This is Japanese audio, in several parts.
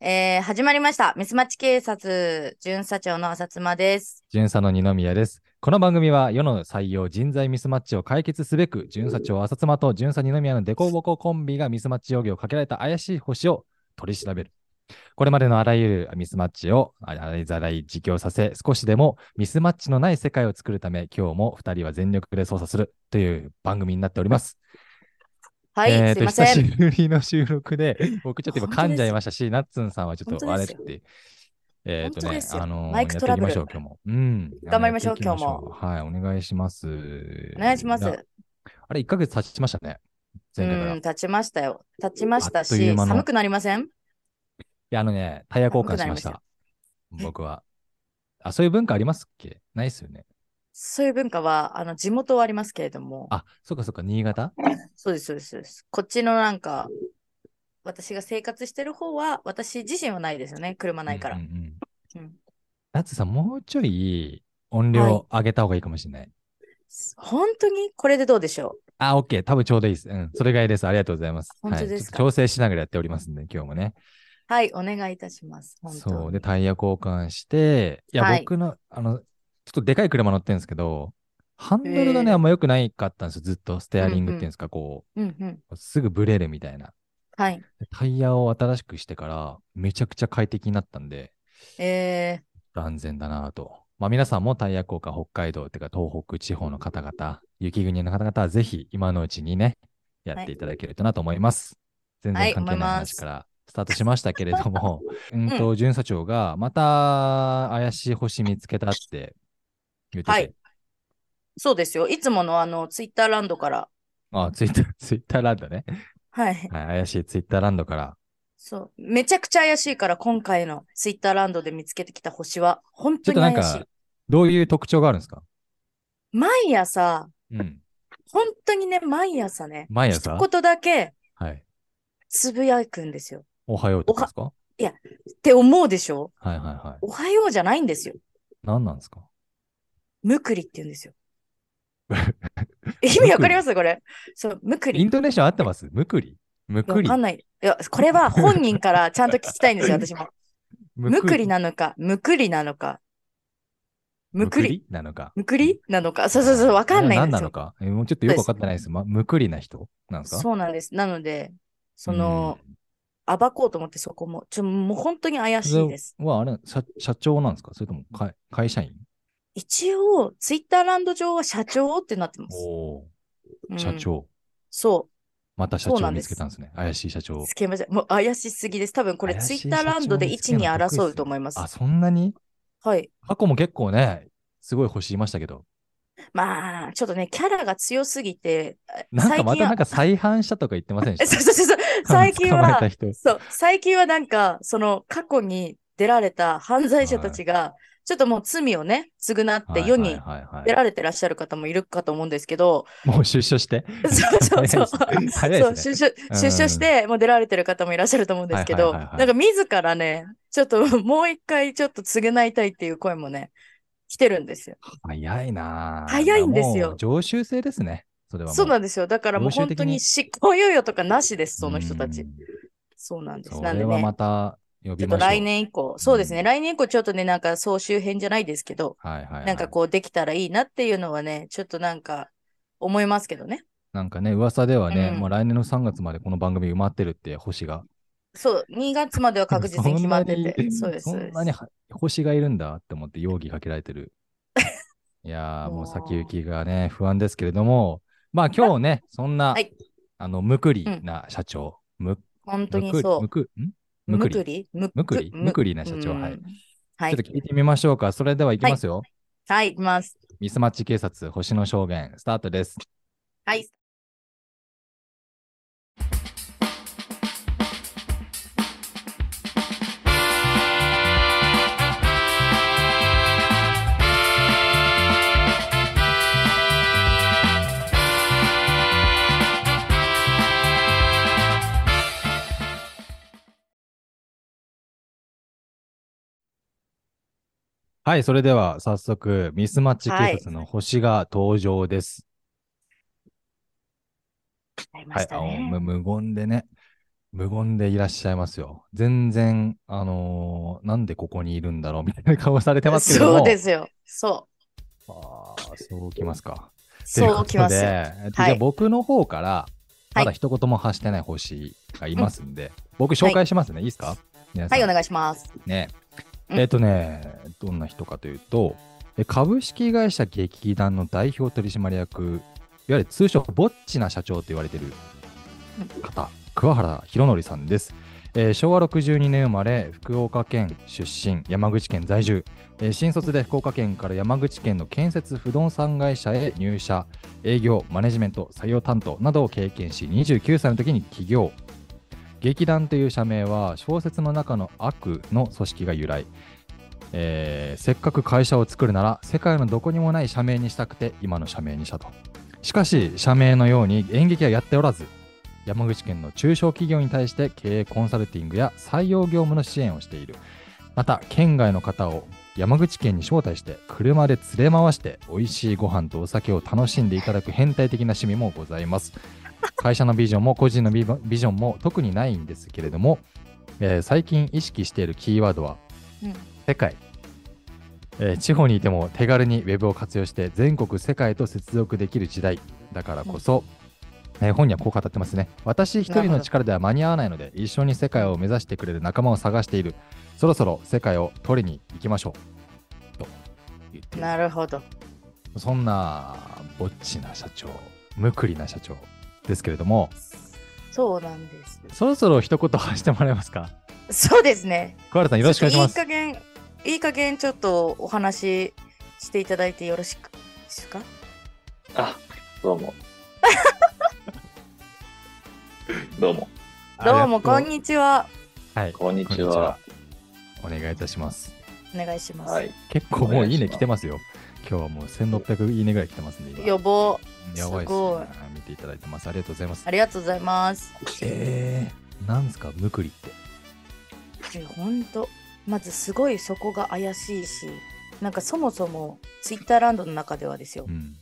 えー、始まりました。ミスマッチ警察巡査長の浅妻です。巡査の二宮です。この番組は世の採用人材ミスマッチを解決すべく、巡査長浅妻と巡査二宮のデコボココンビがミスマッチ容疑をかけられた怪しい星を取り調べる。これまでのあらゆるミスマッチを洗いざらい自供させ、少しでもミスマッチのない世界を作るため、今日も二人は全力で捜査するという番組になっております。はい、えーすといませ久しん。ぶりの収 録で、僕ちょっと今本当です噛んじゃいましたし、ナッツンさんはちょっとあれって本。えっ、と本当ねです、よあのーマイクトラブルやっていきましょう、今日も。うん。頑張りましょうやっていき今日もしょうはい、お願いします。お願いしまやす。あれ、1ヶ月経ちましたね。う前回から。ん、い立ちましたよ。立ちましたあっといし、う間の寒くなりませんや、あのね、タイヤ交換しまし寒た。僕は。あ、そういう文化ありますっけないっすよね。そういう文化は、あの、地元はありますけれども、あ、そっかそっか、新潟そうです、そうです、そうです。こっちのなんか、私が生活してる方は、私自身はないですよね。車ないから。うんうんううんんナッツさん、もうちょい音はい量上げた方がいいかもしれない。本当にこれでどうでしょあ、オッケー。多分ちょうどいいです。うん。それぐらいです。ありがとうございます。本当ですかはい、ちょっと調整しながらやっておりますんで、今日もね。うはい、お願いいたします。本当そう。で、タイヤ交換して、いや、はい僕の、あの、ちょっとでかい車乗ってるんですけど、ハンドルがね、へーあんま良くないかったんですよ。ずっと、ステアリングっていうんですか、こうんうん。う、すぐブレるみたいな。はい。タイヤを新しくしてから、めちゃくちゃ快適になったんで、えー、安全だなぁと。まあ皆さんもタイヤ交換、北海道っていうか東北地方の方々、雪国の方々はぜひ今のうちにね、やっていただけるとなと思います。全はい然関係ない思います話からスタートしましたけれども、 うんと、巡査長がまた怪しい星見つけたって言ってて、はいそうですよ。いつものあの、ツイッターランドから。あ、ツイッター、ツイッターランドね。はい。はい、怪しいツイッターランドから、そう。めちゃくちゃ怪しいから、今回のツイッターランドで見つけてきた星は、本ち当ょにっとなん怪しいか。、どういう特徴があるんですか毎朝、うん。本当にね、毎朝ね、毎朝一言だけはい。つぶやくんですよ。おはようとかですかって思うでしょはいはいはい。おはようじゃないんですよ。何なんですかむくりって言うん ですよ。え意味わかりますこれ。そう、むくイりン。トネーション合ってますむくりむわくりかんない。いや、これは本人からちゃんと聞きたいんですよ、 私も。むくりななのか、むくりなのか。むくりなのか。むくりなのか。そうそうそう、わかんないあれん何でなすよの。かえもうちょっとよくわかってないです。ま、むくりな人なんですかそうなんです。なので、その、、暴こうと思ってそこも、ちょ、もう本当に怪うんしいです。。それはあれ社、社長なんですかそれとも会会社員一応、ツイッターランド上は社長ってなってます。おうん社。長。そまたそ社うな長んで見すつけたんですね。怪しい社う。長つ。けません。もう怪しすぎです。多分これツ怪イしいッターランドで1に争うと思いますあ、。そんなにはい。過去も結構ね、すごい星いましたけど。まあ、ちょっとね、キャラが強すぎて、えなんか最ま近たなはん、か再犯したとか言ってませんでえしそうた そうそうそう、 最近捕まえたは、人。そう、最近はなんか、その過去に出られた犯罪者たちが、ちょっともう罪をね、償って世にはいはいはいはい出られてらっしゃる方もいるかと思うんですけ ど、もう出所して。そうそうそう。早いですねそう出所出所して、もう出られてる方もいらっしゃると思うんですけど、はいはいはいはいなんか自らね、ちょっと もう一回ちょっと償いたいっていう声もね、来てるんですよ。早いなぁ早いんですよもう常習性ですね。それはもそうなんですよ。だからもう常習本的に当に執行猶予とかなしです、その人たうちん。そうなんです。そなんれではねま、た呼ちょびっとましょう。来年以降、そうですね、うん来年以降ちょっとね、なんか総集編じゃないですけど、はいはいはい、なんかこうできたらいいなっていうのはね、ちょっとなんか思いますけどね。なんかね、噂ではね、うんもう来年の3月までこの番組埋まってるって星が。そう、2月までは確実に決まってて、そうです。そそうんですなには星がいるんだって思って容疑かけられ てる。いやー、もう先行きがね、不安ですけれども、まあ今日ね、そんな、はいあの、むくりな社長、む本当むにくそうむ。くんむむくくりりむむくりむくりな社長、は。うい。んはちょいっと。聞いてみましょうか。それではいきますよ。はい、いきます。ミスマッチ警察、星の証言、スタートです。はい。はい、それでは早速、ミスマッチ警察の星が登場です。ありまはい、したあおね。む無言でね。無言でいらっしゃいますよ。全然、あのーなんでここにいるんだろうみたいな顔されてますけれども。。そうですすよ。そあーそうきますか。う。そうきまとすいうことよ。でえっとはいじゃあ僕の方から、まだは一言も発してない星がいますんで、僕紹介しますね。いいですか皆さはんい、お願いします。ね。うんえっとね、どんな人かというと、え株式会社劇団の代表取締役、いわゆる通称、ぼっちな社長と言われている方、桑原博則さんです。えー昭和62年生まれ、福岡県出身、山口県在住、えー新卒で福岡県から山口県の建設不動産会社へ入社、営業、マネジメント、採用担当などを経験し、29歳の時に起業、劇団という社名は小説の中の悪の組織が由来、えーせっかく会社を作るなら世界のどこにもない社名にしたくて今の社名にしたとしかし社名のように演劇はやっておらず山口県の中小企業に対して経営コンサルティングや採用業務の支援をしているまた県外の方を山口県に招待して車で連れ回して美味しいご飯とお酒を楽しんでいただく変態的な趣味もございます会社のビジョンも個人のビバビジョンも特にないんですけれども、えー最近意識しているキーワードはうん世界、えー地方にいても手軽にウェブを活用して全国世界と接続できる時代だからこそ、えー本にはこう語ってますね私一人の力では間に合わないので一緒に世界を目指してくれる仲間を探しているそろそろ世界を取りに行きましょうと言っているなるほど。そんなぼっちな社長無くりな社長ですけれどもそうなんです。そろそろ一言発してもらえますかそうですね。小原さんよろしくお願いします。いい加減、いい加減ちょっとお話ししていただいてよろしくですかあ、ど うも。どうも、どうも、こんちにちは。は。はい、こんにこんにちちはは。。お願いいたします。お願いします。はい。結構もういいねお願いします来てますよ。今日はもう1600いいねぐらい来てますね。今予防、やばいっすすごね。見ていただいてます。ありがとうございますあ。りがとうございます。えー、なんですか、むくりって。本当まずすごいそこが怪しいし、なんかそもそもツイッターランドの中ではですよう、ん。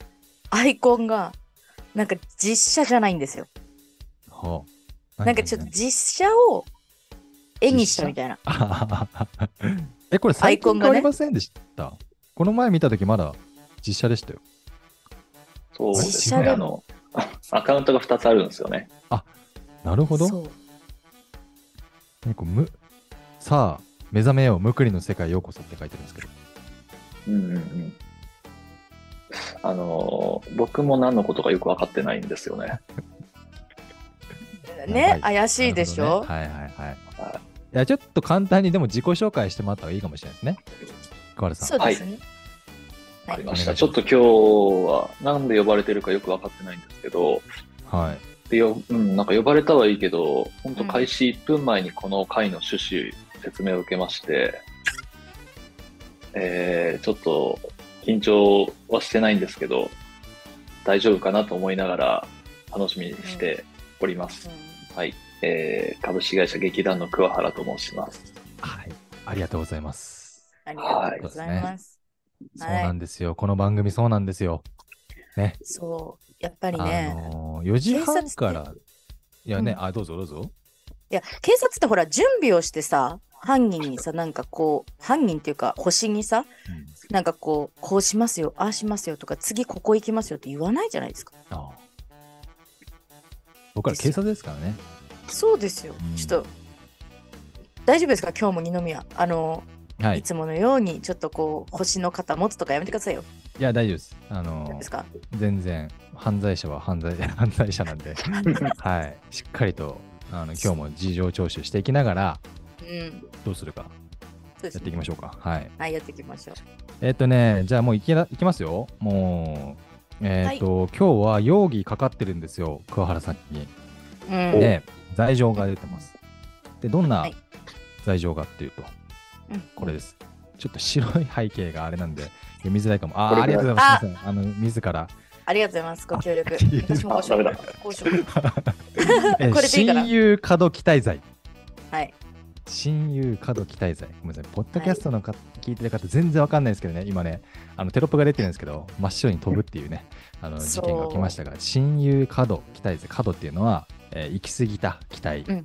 アイコンがなんか実写じゃないんですよ。はあ。なんかちょっと何。実写を絵にしたみたいな。何 え、これア最イコン近が変ねわりませんでした。この前見たときまだ実写でしたよ。そうです実写ね。であの、あアカウントが2つあるんですよね。なるほど。そうなんかむさあ、目覚めよう、むくりの世界へようこそって書いてるんですけど。うんうんうん。あの、僕も何のことかよく分かってないんですよね。ね、はい怪しいでしなるょ、ほどねはいはいはい。はいや、ちょっと簡単にでも自己紹介してもらった方がいいかもしれないですね。小原さそん。うですね。わかりましお願いしまた。すちょっと今日は、なんで呼ばれてるかよく分かってないんですけど、はい。でようん、なんか呼ばれたはいいけど、本当開始1分前にこの回の趣旨、説明を受けまして、えー、ちょっと緊張はしてないんですけど、大丈夫かなと思いながら楽しみにしております。はい。えー、株式会社劇団の桑原と申します。はい。ありがとうございます。うんありがとうございます。そうはいなんですよ。この番組そうなんですよ。そう、やっぱりあね、のー、4時半から。いやね、うあ、どうぞどうぞ。いや、警察ってほら、準備をしてさ、犯人にさ、なんかこう、犯人っていうか、星にさ、うんなんかこう、こうしますよ、ああしますよとか、次ここ行きますよって言わないじゃないですか。ああ僕ら警察ですからね。そうですようん。ちょっと、大丈夫ですか今日も二宮。あの、、はいい。つものように、ちょっとこう、星の肩持つとかやめてくださいよ。いや、大丈夫です。あ大丈夫のですー、か全然、犯罪者は犯罪犯罪者なんで、はい。しっかりと、あの、今日も事情聴取していきながら、うん。どうするかそうですやっていきね。ましょうか。はい。はい、やっていきましょう。えっ、とね、じゃあもういきな行きますよ。もう、えっ、と、今日は容疑かかってるんですよ、桑原さんに。うん。で、罪状が出てます。で、どんなはい罪状がっていうと、うんこれです。ちょっと白い背景があれなんで、読みづらいかも。あこー、れありがとうございます。すいませんあの、自ら。ありがとうございます。ご協力あいえいえ。私もごあダメだご承諾えーこれでいいかな親友過度期待罪。はい。親友過度期待罪。ごめんなさい。ポッドキャストのか、聞いてる方、全然わかんないですけどね、今ね、あのテロップが出てるんですけど、真っ白に飛ぶっていうね、あの事そう件が起きましたが、親友過度期待罪。過度っていうのは、えー行き過ぎた期待うん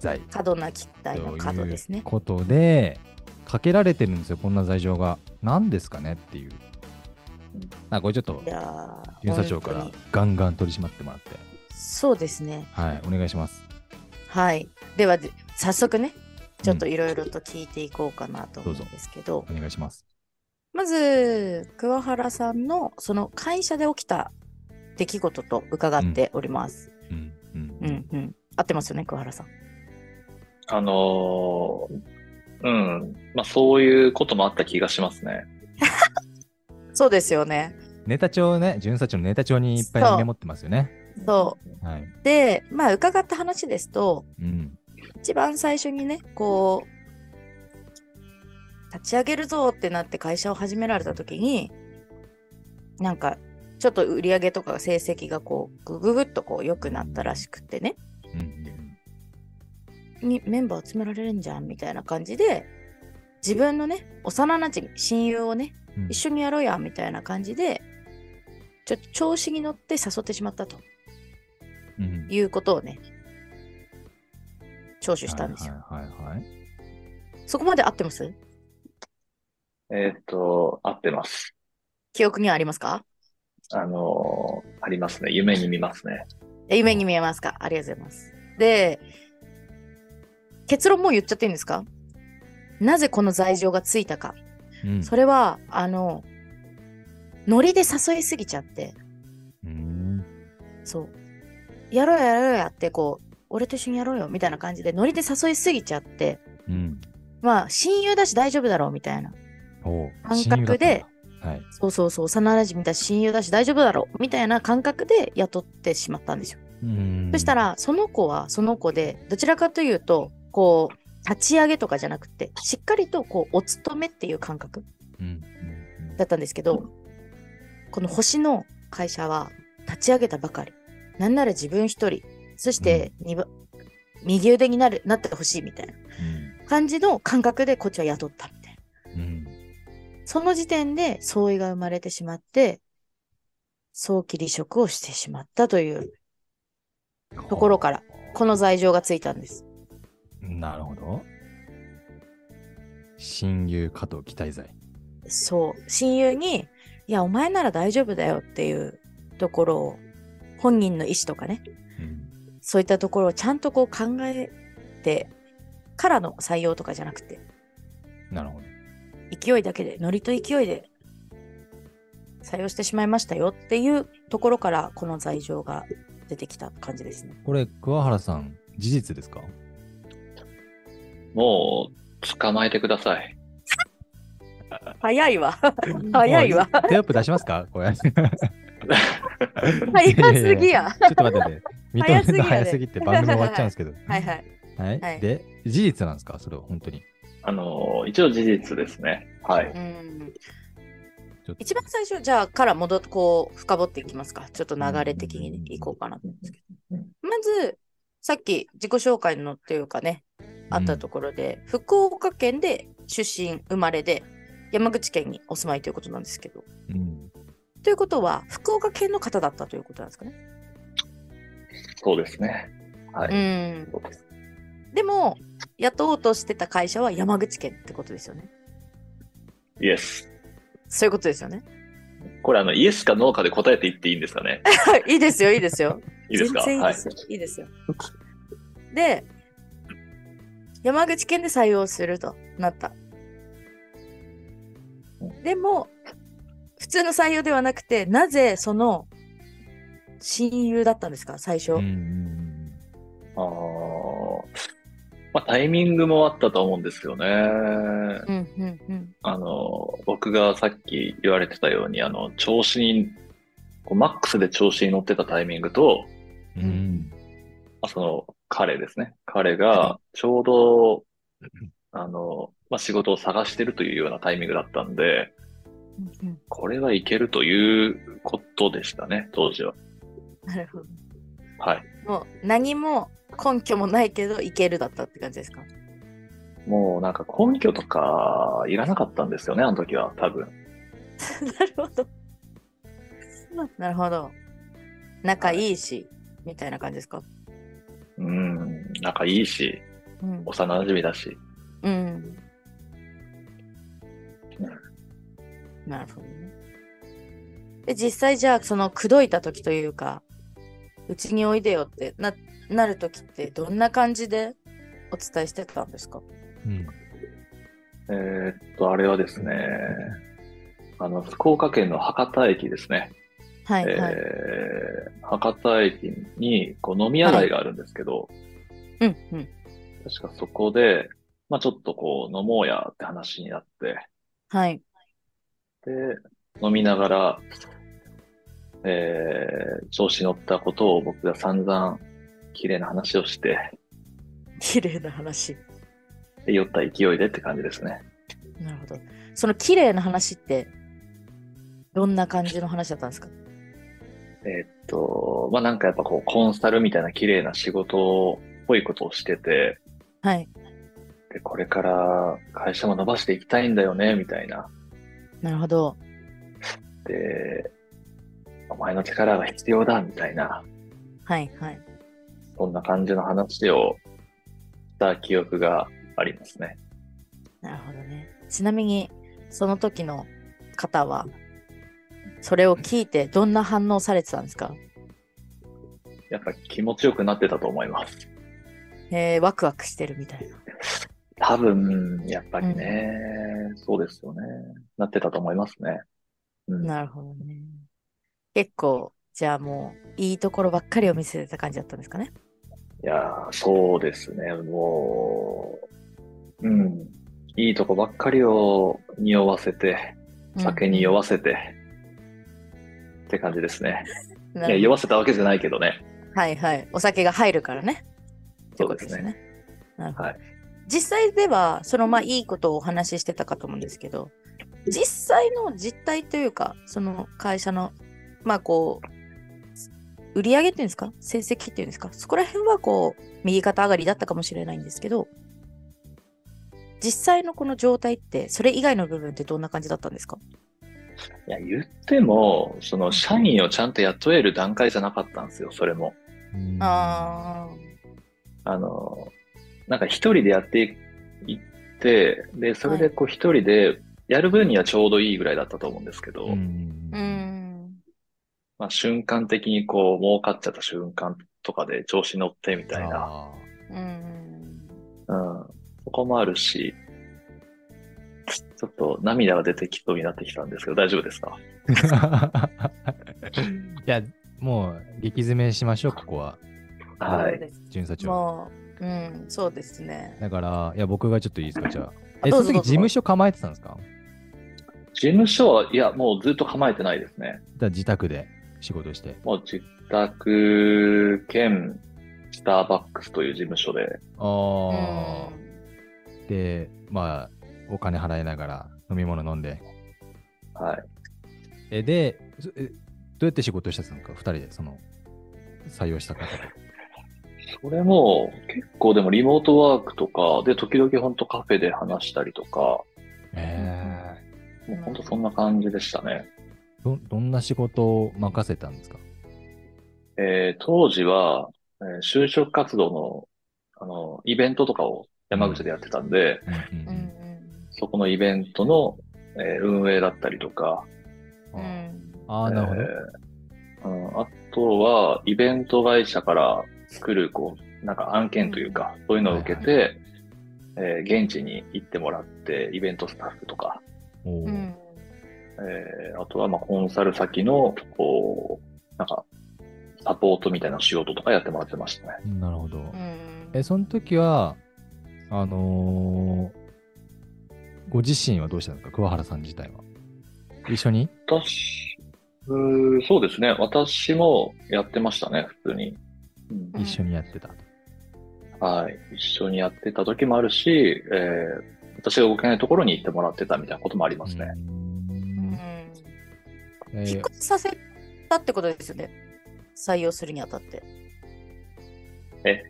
罪過度な期待の過と度いでうすね。ことで、かけられてるんですよ、こんな罪状が。何ですかねっていう。あこれちょっとい、やー巡査長か本ら当にガンガン取り締まってもらって、そうですね。はい、お願いします。はい。では、で早速ね、ちょっといろいろと聞いていこうかなと思うんどうぞですけど、お願いします。まず、桑原さんのその会社で起きた出来事と伺っております。うん、うん、うん、うん、合ってますよね、桑原さん。あのーうん。まあ、そういうこともあった気がしますね。そうですよね。ネタ帳ね、巡査長のネタ帳にいっぱそいうメモってますよね。そはい。う。で、まあ、伺った話ですと、うん。一番最初にね、こう、立ち上げるぞってなって会社を始められた時に、なんか、ちょっと売り上げとか成績がこう、ぐぐぐっとこう、良くなったらしくってね、うんうん。にメンバー集められるんじゃんみたいな感じで、自分のね、幼なじみ、親友をね、うん一緒にやろうや、みたいな感じで、ちょっと調子に乗って誘ってしまったとうんいうことをね、聴取したんですよ。はいはいはいはい。そこまで合ってますえーっと、合ってます。記憶にはありますかあのーありますね。夢に見ますね。夢に見えますかありがとうございます。で、結論もう言っちゃっていいんですかなぜこの罪状がついたか。うんそれは、あの、ノリで誘いすぎちゃって、うんそう、やろうややろうやって、こう、俺と一緒にやろうよみたいな感じで、ノリで誘いすぎちゃって、うん。まあ、親友だし大丈夫だろうみたいな。おう感覚で。親友だったんだはい。そうそうそう、幼馴染みだし、親友だし大丈夫だろうみたいな感覚で雇ってしまったんですよ。うんそした、ら、その子はその子で、どちらかというと、こう、立ち上げとかじゃなくて、しっかりと、こう、お勤めっていう感覚うんうんだったんですけど、この星の会社は立ち上げたばかり。なんなら自分一人。そして、二番右腕になるなってほしいみたいな感じの感覚で、こっちは雇ったみたいな。うんうんその時点で相違が生まれてしまって、早期離職をしてしまったといううんところから、この罪状がついたんです。なるほど。親友加藤期待罪。そう、親友に、いや、お前なら大丈夫だよっていうところを、本人の意思とかね、うんそういったところをちゃんとこう考えてからの採用とかじゃなくて、なるほど。勢いだけで、ノリと勢いで採用してしまいましたよっていうところから、この罪状が出てきた感じですね。これ、桑原さん、事実ですかもう、捕まえてください。早いわ。早いわもうテロップ出しますかこれ。 早すぎや。ちょっと待ってね。認める早の早すすぎやぎでって番組終わっちゃうんですけど。はいはい。はい、はいで、事実なんですかそれは本当に。あのー一応事実ですね。はい。うんちょっと一番最初、じゃあから戻って、こう、深掘っていきますか。ちょっと流れ的にいこうかなと思うんですけどうん。まず、さっき自己紹介のっていうかね、あったところで、福岡県で出身、生まれで、山口県にお住まいということなんですけど。うん。ということは、福岡県の方だったということなんですかね。そうですね。はうい。ん。そうですでも、雇おうとしてた会社は山口県ってことですよね。イエス。そういうことですよね。これ、あの、イエスかノーかで答えていっていいんですか ね。いいですよ、いいですよ。いいですか全然いいはでい。すよ。い、いですよ。で、山口県で採用するとなった。でも、普通の採用ではなくて、なぜその親友だったんですか、最初。うんうんあーまあ、タイミングもあったと思うんですよね。うんうんうん。あの、僕がさっき言われてたように、あの、調子に、こうマックスで調子に乗ってたタイミングと、うんうん。まあ、その彼ですね。彼がちょうど、あの、まあ、仕事を探してるというようなタイミングだったんで、うんうんこれはいけるということでしたね、当時は。なるほど。はい。もう何も根拠もないけど、いけるだったって感じですか。 もうなんか根拠とかいらなかったんですよね、あの時は多分。なるほど。 なるほど。仲いいし、みたいな感じですか。うん、仲いいし、うん幼馴染だし、うん。なるほどね。で、実際じゃあ、その、口説いた時というか、うちにおいでよってな、なる時って、どんな感じでお伝えしてたんですかうん。えーっと、あれはですね、あの、福岡県の博多駅ですね。はいはい。えー博多駅にこう飲み屋街があるんですけど、うんうん。確かそこで、まあちょっとこう飲もうやって話になって、はい。で、飲みながら、えー調子に乗ったことを僕が散々綺麗な話をして、綺麗な話。で酔った勢いでって感じですね。なるほど。その綺麗な話って、どんな感じの話だったんですかえっと、まあなんかやっぱこうコンサルみたいな綺麗な仕事っぽいことをしてて、はい。で、これから会社も伸ばしていきたいんだよね、みたいな。なるほど。で、お前の力が必要だ、みたいな、はいはい。そんな感じの話をした記憶がありますね。なるほどね。ちなみに、その時の方は、それを聞いてどんな反応されてたんですかやっぱ気持ちよくなってたと思います。えー、ワクワクしてるみたいな。多分、やっぱりね、そうですよね。なってたと思いますね。うん、なるほどね。結構、じゃあもう、いいところばっかりを見せてた感じだったんですかね。いやー、そうですね、もう、うん、いいとこばっかりを匂わせて、酒に酔わわせて、って感じですね。いや、い酔わせたわけじゃないけどね。はいはい。お酒が入るからね。ってことですそうね。なるほどはい実際では、そのまあいいことをお話ししてたかと思うんですけど、実際の実態というか、その会社の、まあこう、売り上げっていうんですか成績っていうんですかそこら辺はこう、右肩上がりだったかもしれないんですけど、実際のこの状態って、それ以外の部分ってどんな感じだったんですかいや、言っても、その、社員をちゃんと雇える段階じゃなかったんですよ、それも。うんああの、なんか一人でやっていって、で、それでこう一人でやる分にはちょうどいいぐらいだったと思うんですけど、うんー。うーん。まあ瞬間的にこう儲かっちゃった瞬間とかで調子乗ってみたいな、あうーん。うん、そこもあるし、ちょっと涙が出てきそうになってきたんですけど、大丈夫ですかーいや、もう、激詰めしましょう、ここは、はそうい。です巡査長。もう、うん、そうですね。だから、いや、僕がちょっといいですか、じゃあ。え、どそうのぞ時ど事うぞ務所構えてたんですか事務所は、いや、もうずっと構えてないですね。だから自宅で仕事して。もう自宅兼スターバックスという事務所で、あうんあ。で、まあ、お金払いながら飲み物飲んで。はい。え、で、そえどうやって仕事してたのか、二人で、その、採用した方と。それも結構でもリモートワークとかで時々ほんとカフェで話したりとか、もええうほんとそんな感じでしたね。ど、どんな仕事を任せたんですかえー当時は、えー就職活動の、あの、イベントとかを山口でやってたんで、うんうんううんんそこのイベントの、えー運営だったりとか、うんうんああ、なるほど。えーうん、あとは、イベント会社から作る、こう、なんか案件というか、そういうのを受けて、えー現地に行ってもらって、イベントスタッフとか、おうーんえーあとは、まあ、コンサル先の、こう、なんか、サポートみたいな仕事とかやってもらってましたね。なるほど。うんえ、その時は、あのーご自身はどうしたんですか桑原さん自体は。一緒に私、うーそうですね。私もやってましたね、普通に。うんうん一緒にやってた。はい。一緒にやってた時もあるし、えー私が動けないところに行ってもらってたみたいなこともありますね。うんえ引っー越しさせたってことですよね。採用するにあたって。え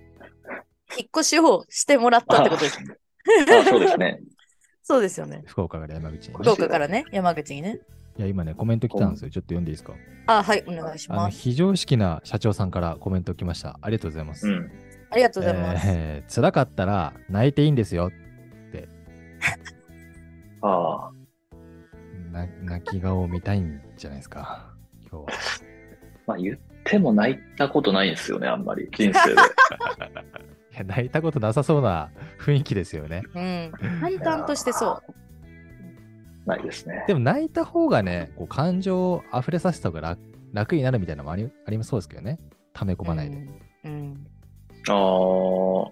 引っ越しをしてもらったってことですよね。あそうですね。そうですよね。福岡から山口にね。福岡からね、山口にね。いや、今ね、コメント来たんですよ。ちょっと読んでいいですかあ、はい、お願いしあのます。非常識な社長さんからコメント来ました。ありがとうございまうす。ん。ありがとうございます。えー辛かったら泣いていいんですよ。ああ、な泣き顔を見たいんじゃないですか。今日は。まあ言っても泣いたことないんですよね、あんまり。人生いで。や泣いたことなさそうな雰囲気ですよね。うん。淡々としてそう。ないですね。でも泣いた方がね、こう感情を溢れさせた方が楽楽になるみたいなのもありありそうですけどね。溜め込まないで。うん。うんああ。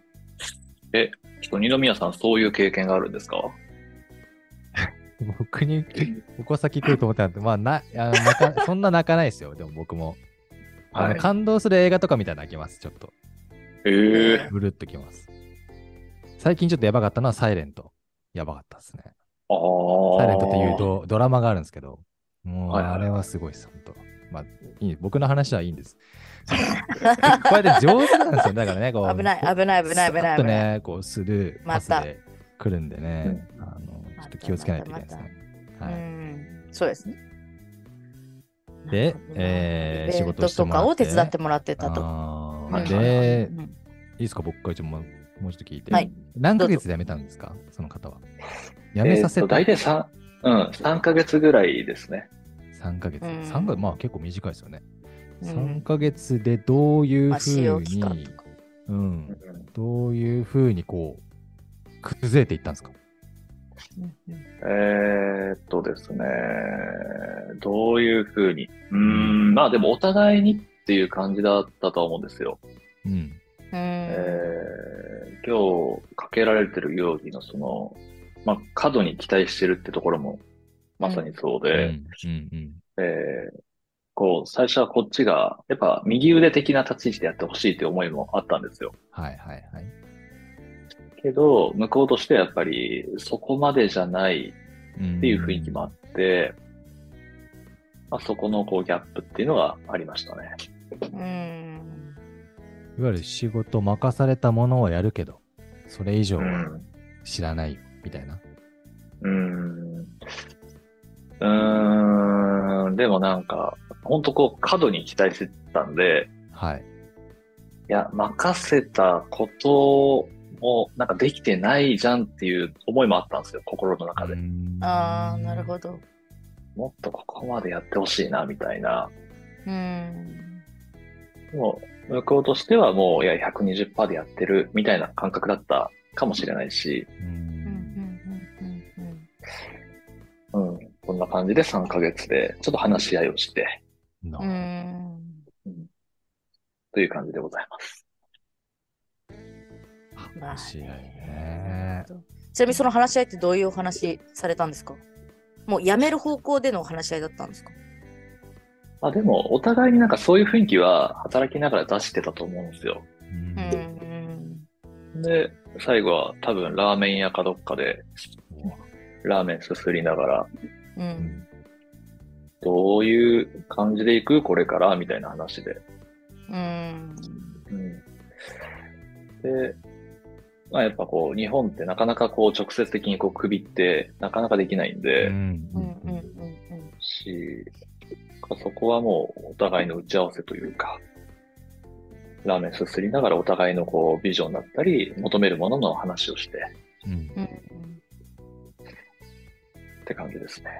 え、ちょっと二宮さん、そういう経験があるんですか僕に、こ先来ると思ったんで、まあ、な、あ泣かそんな泣かないですよ。でも僕も。あのはい感動する映画とか見たら泣きます、ちょっと。ええうるっときます。最近ちょっとやばかったのは、サイレント。やばかったですね。ああ。サイレントっていうドドラマがあるんですけど、もうはいはいあれはすごいです、本当。まあ、いい僕の話はいいんです。こうやって上手なんですよ。だからね、こう。危ない、危ない、危ない、危さなっい。と危ないね、こうスルー、パまスたで来るんでね、あの、ちょっと気をつけないといけないですね。うはい。ん。そうですね。なんでかえーイ仕ベン事トしてともらってかを手伝ってもらってたと。あはーいで、ういんいですか、僕からちょっともうもうちょっと聞いて。はい何ヶ月で辞めたんですか、その方は。辞えめさせーたと大体3、うん、三ヶ月ぐらいですね。 3ヶ月。うん3ヶ月、まあ結構短いですよね。うん3ヶ月でどういうまあ、ふ使用う期間にと、か。うん、どういうふうにこう、崩れていったんですかうんうんえー、っとですね、どういうふうに。うーん、まあでもお互いにっていう感じだったとは思うんですよ。うん。えー今日かけられてる容疑のその、まあ、過度に期待してるってところもまさにそううで、ん。うん。えーこう、最初はこっちが、やっぱ右腕的な立ち位置でやってほしいっていう思いもあったんですよ。はいはいはい。けど、向こうとしてはやっぱりそこまでじゃないっっていう雰囲気もあって、まあ、そこのこうギャップっていうのがありましたね。うんいわゆる仕事任されたものはやるけど、それ以上は知らないよ、みたいな。うん。うーん。でもなんか、ほんとこう過度に期待してたんで、はい。いや、任せたこともなんかできてないじゃんっていう思いもあったんですよ、心の中で。ああ、なるど。ほど。もっとここまでやってほしいな、みたいな。うん。もう、向こうとしてはもう、いや、120%でやってる、みたいな感覚だったかもしれないし、ううんうんんうんうんうんうん。こんな感じで3ヶ月で、ちょっと話し合いをして、なうるんという感じでございます。まあほど。話し合いねね。ちなみにその話し合いってどういうお話されたんですかもうやめる方向でのお話し合いだったんですかまあでも、お互いになんかそういう雰囲気は働きながら出してたと思うんですよ。うんうんうんで、最後は多分ラーメン屋かどっかでうわラーメンすすりながら、ううんんどういう感じで行くこれからみたいな話で。うんうん、で、まあやっぱこう、日本ってなかなかこう直接的にこう首ってなかなかできないんうで、んうんうううんんうんんし、そこはもうお互いの打ち合わせというか、ラーメンすすりながらお互いのこうビジョンだったり、求めるものの話をしてうんうんうんって感じですね。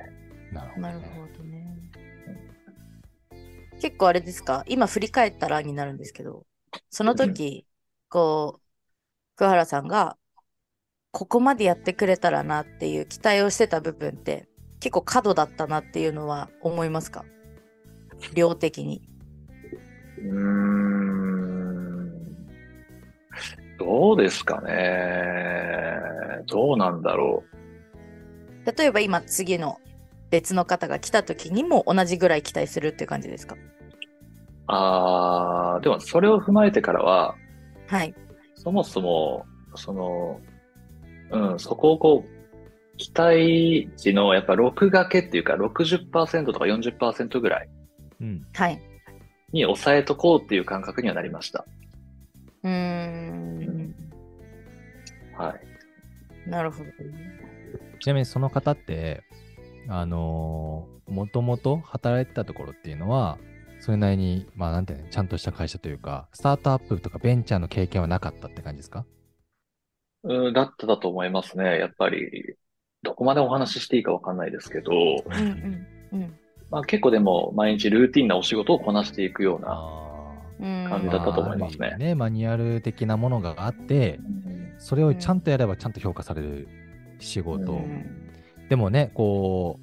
なるほどね。なるほどね結構あれですか今振り返ったらになるんですけどその時こう桑原さんがここまでやってくれたらなっていう期待をしてた部分って結構過度だったなっていうのは思いますか量的にうーんどうですかね。どうなんだろ例えば今次の別の方が来た時にも同じぐらい期待するっていう感じですかう。あーでもそれを踏まえてからは、はい。そもそも、その、うん、そこをこう、期待値のやっぱ6掛けっていうか60%とか40%ぐらいうん。はい。に抑えとこうっていう感覚にはなりました。うーん。はい。なるほど。ちなみにその方って、あのもともと働いてたところっていうのは、それなりに、まあ、なんていうのちゃんとした会社というか、スタートアップとかベンチャーの経験はなかったって感じですかうん、だっただと思いますね。やっぱり、どこまでお話ししていいかわかんないですけど、うんうんまあ、結構でも毎日ルーティンなお仕事をこなしていくような、うんうん感じだったと思いますねあある意味ね。マニュアル的なものがあって、それをちゃんとやればちゃんと評価される仕事。うんでもね、こ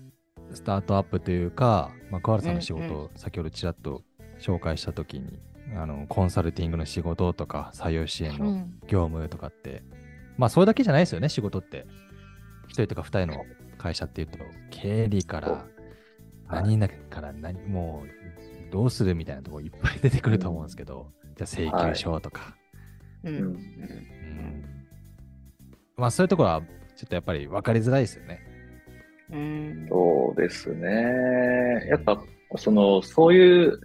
う、スタートアップというか、まあ、桑原さんの仕事うを先ほどちらっと紹介したときに、あの、コンサルティングの仕事とか、採用支援うのん業務とかって、まあ、それだけじゃないですよね、仕事って。一人とか二人の会社っていうと、経理から、何だから何、もう、どうするみたいなところいっぱい出てくると思うんですけど、じゃあ請求書とか、ううんんうんまあそういうところはちょっとやっぱり分かりづらいですよね。うんそうですね。やっぱ、その、そういう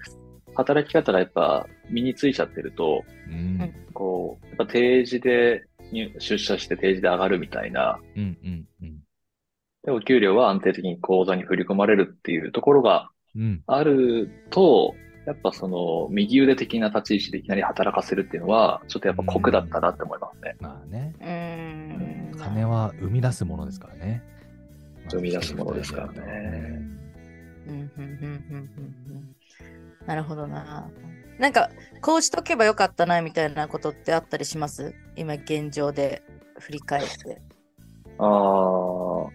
働き方がやっぱ身についちゃってると、うんこう、やっぱ定時で入出社して定時で上がるみたいな、うんうんうんでお給料は安定的に口座に振り込まれるっていうところがうんあると、やっぱその右腕的な立ち位置でいきなり働かせるっていうのは、ちょっとやっぱ酷だったなって思いますね。まあね、うん金は生み出すものですからね。まあ生み出すものですからうねんうんうんうんうんなるほどな。なんかこうしとけばよかったなみたいなことってあったりします今現状で振り返って。ああ、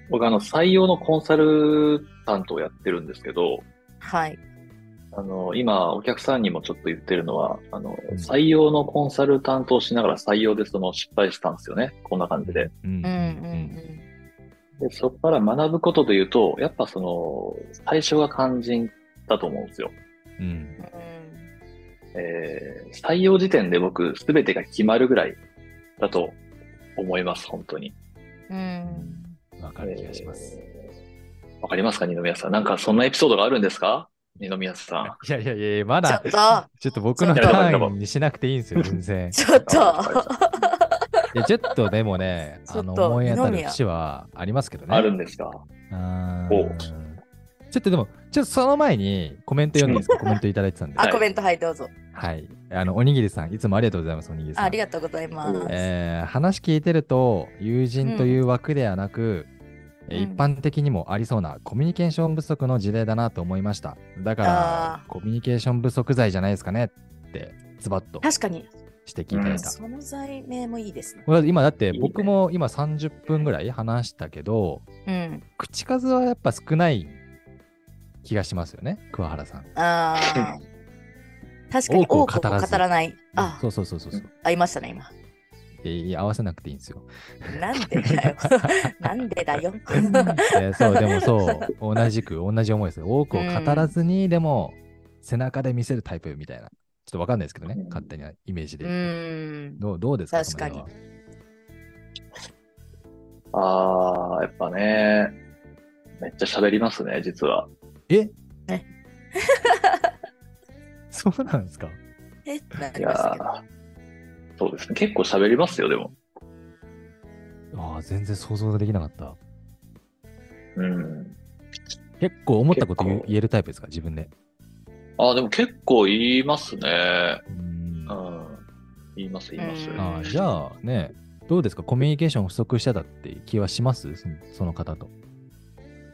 僕あの採用のコンサル担当をやってるんですけど、はい。あの、今お客さんにもちょっと言ってるのは、あのうん、採用のコンサル担当しながら採用でその失敗したんですよね。こんな感じで。うんうんで、そこから学ぶことで言うと、やっぱその、最初が肝心だと思うんですよ。うんうんうんうんえー採用時点で僕、すべてが決まるぐらいだと思います、本当に。うん。うんうんわかる気がします。えーわかりますか、二宮さん。なんかそんなエピソードがあるんですか二宮さん。いやいやいや、まちょだっとちょっと僕のちタょっとーンにしなくていいんですよ、全然。ちょっあといやちょっとでもね、あのちょっと思い当た二る宮節はありますけどね。ある んですかあーおうちょっとでも、ちょっとその前にコメント読んでいいですか、コメントいただいてたんで。はあ、いコメントはいどうぞ。はい。あの、おにぎりさん、いつもありがとうございます、おにぎりさん。ありがとうございます。えー話聞いてると、友人という枠ではなく、えーうん一般的にもありそうなコミュニケーション不足の事例だなと思いました。だからあ、ーコミュニケーション不足罪じゃないですかねって、ズバッと確かに、指摘いただいた。その罪名もいいですね。俺今だっていいね僕も今30分ぐらい話したけど、うん。口数はやっぱ少ない気がしますよね、桑原さん。ああ。 確かに多多くをく語語らずらない。あそうそうそうそうそう。あ、いましたね、今。いやいや合わせなくていいんですよ。なんで だよ。なんでだよ。えーそう、でもそう、同じく、同じ思いですよ。多くを語らずに、でも、背中で見せるタイプみたいな。ちょっとわかんないですけどね、うん勝手なイメージでう。ん。どうどうですか確かにその辺あー、やっぱね、めっちゃ喋りますね、実は。は そうなんですかえってないりましたやけど。ーそうですね。結構喋りますよ、でも。ああ、全然想像できなかった。うん。結構思ったこと言う結構言えるタイプですか自分で。あー、でも結構言いますね。うーんうあん。言います、言います。うんーじゃあね、どうですかコミュニケーション不足してたって気はしますそのその方と。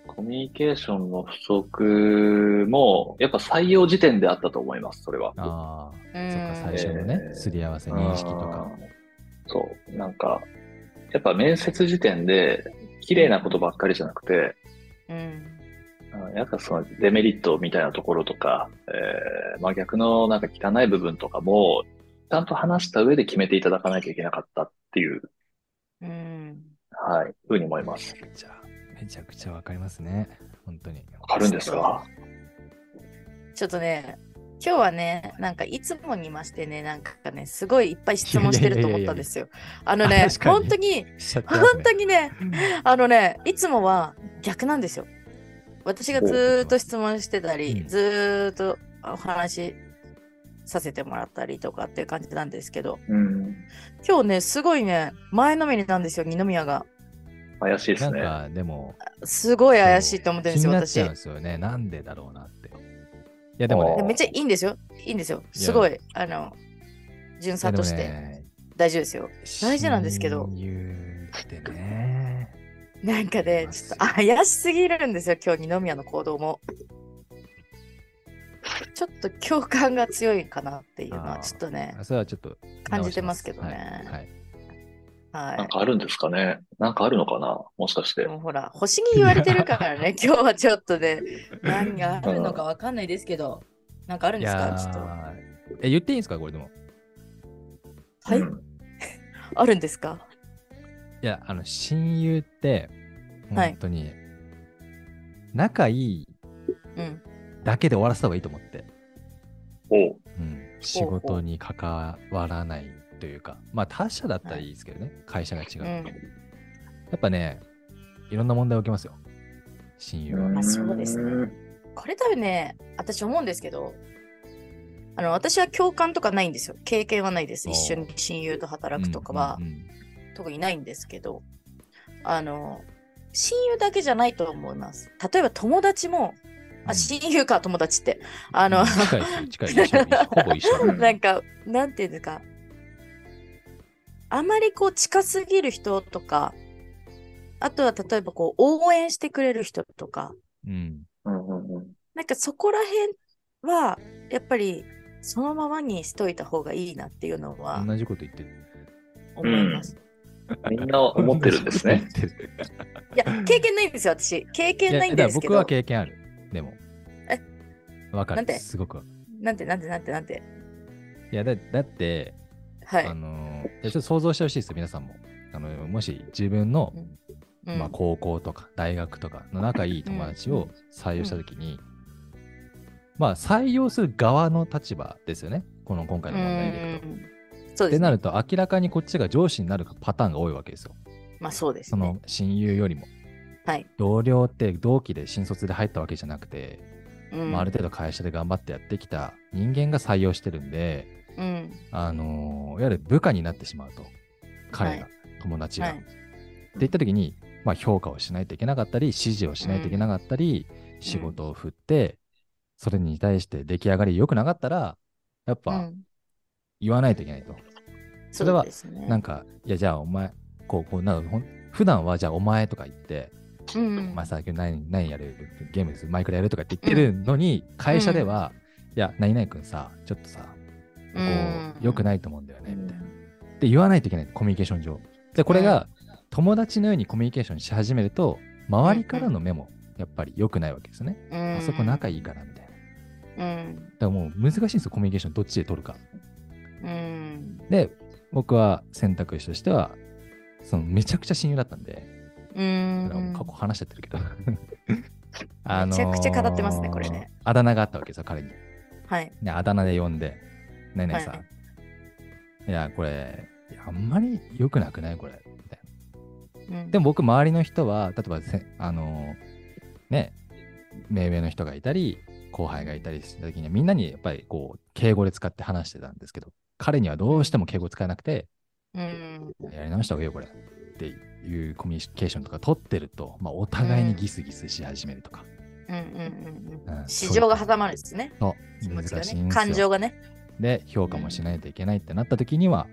コミュニケーションの不足も、やっぱ採用時点であったと思います、それは。ああ、うんそっか、最初のねえ、ーすり合わせ認識とか。うん。そう、なんか、やっぱ面接時点で、綺麗なことばっかりじゃなくて、うん。うんやっぱそのデメリットみたいなところとか、えーまあ、逆のなんか汚い部分とかも、ちゃんと話した上で決めていただかなきゃいけなかったっていう、うん。はい、ふうに思います。じゃあ、めちゃくちゃわかりますね。本当に。わかるんですかちょっとね、今日はね、なんかいつもにましてね、なんかね、すごいいっぱい質問してると思ったんですよ。あのね、確かに本当に、しちゃってます本ね当にね、 あのね、いつもは逆なんですよ。私がずーっと質問してたりう、んずーっとお話しさせてもらったりとかっていう感じなんですけど、うん。今日ね、すごいね、前のめりなんですよ、二宮が。怪しいですね。なんかでも、すごい怪しいと思ってるんですよ、そう気になっち私ゃうん。ですよね。なんでだろうなって。いやでもねあーでめっちゃいいんですよ。いいんですよ。すごい、あの、純さとしいやでてもね大丈夫ですよ。大事なんですけど親友って ね。なんかね、ちょっと怪しすぎるんですよ、今日二宮の行動も。ちょっと共感が強いかなっていうのは、あーちょっとね、それはちょっと直しす感じてますけどねはいはいはなんかあるんですかねなんかあるのかなもしかしい。て。もうほら、星に言われてるから ね、今日はちょっとね、何があるのかわかんないですけど、なんかあるんいですやかちょっと。ーえ言っていいんですかこれでも。はい、うんあるんですかいや、あの、親友って、はい本当に、仲いいうん。だけで終わらせた方がいいと思って、おううん、仕事に関わらないというか、まあ、他社だったらいいですけどね、会社が違うと、うんやっぱね、いろんな問題起きますよ、親友は。まあそうですねうんこれ多分ね、私思うんですけど、あの、私は共感とかないんですよ。経験はないです。おー一緒に親友と働くとかはうん。うん特にないんですけど、あの、親友だけじゃないと思います。例えば友達も、うあ、ん親友か、友達って。あの、近いです近い です、一緒ほぼ一緒。うんなんか、なんていうんですか、あまりこう近すぎる人とか、あとは例えばこう応援してくれる人とか、うん。うんうんうんなんかそこら辺は、やっぱりそのままにしといた方がいいなっていうのは同じこと言ってる。思います。みんな思ってるんですね。思ってる。いや、経験ないんですよ、私。経い験やないんだでからすけ僕ど。は経験ある。でも。えわかなんる。てすごくわかる。なんてなんてなんてなんて。いやだ、だって、はあい。のーちょっと想像してほしいです皆さんも。あのもし自分の、うんまあ、高校とか大学とかの仲いい友達を採用したときに、まあ採用する側の立場ですよねこの今回の問題でいくと。うんそうっでてすねなると明らかにこっちが上司になるパターンが多いわけですよ。まあそうですそね。の親友よりも。はい。同僚って同期で新卒で入ったわけじゃなくて、うんまあ、ある程度会社で頑張ってやってきた人間が採用してるんで、うん。あのーいわゆる部下になってしまうと彼が、は友達が。はってい。言った時に、まあ、評価をしないといけなかったり指示をしないといけなかったり、仕事を振って、それに対して出来上がり良くなかったらやっうぱん言わないといけないと。それはうですねなんかいやじゃあお前こうこうなんかほん普段はじゃあお前とか言って、うんうんまあ、最近何何やるゲームですマイクラやるとかって言ってるのに、会社では、いや何々君さちょっとさこうんう良くないと思うんだよね、うみたいなんって言わないといけないコミュニケーション上でこれが友達のようにコミュニケーションし始めると周りからの目もやっぱり良くないわけですよね、あそこ仲いいからみたいなだうんからもう難しいんですよコミュニケーションどっちで取るかうんで僕は選択肢としてはそのめちゃくちゃ親友だったんでうんだからもう過去話しちゃってるけどあの めちゃくちゃ語ってますねこれねあだ名があったわけですよ彼にはいね、あだ名で呼んで、ねえねえさん、はいい、や、これ、いやあんまり良くなくないこれ。みたいなでもも僕、周りの人は、例えばせ、あのね、目上の人がいたり、後輩がいたりした時には、みんなにやっぱりこう、敬語で使って話してたんですけど、彼にはどうしても敬語使えなくて、うんやり直した方がいいよ、これ。っていうコミュニケーションとか取ってると、まあ、お互いにギスギスし始めるとか。うんうんうんうんうん市場が挟まるんですねそう気難持ちがしいんねですよ。感情がねで評価もしないといけないってなった時には、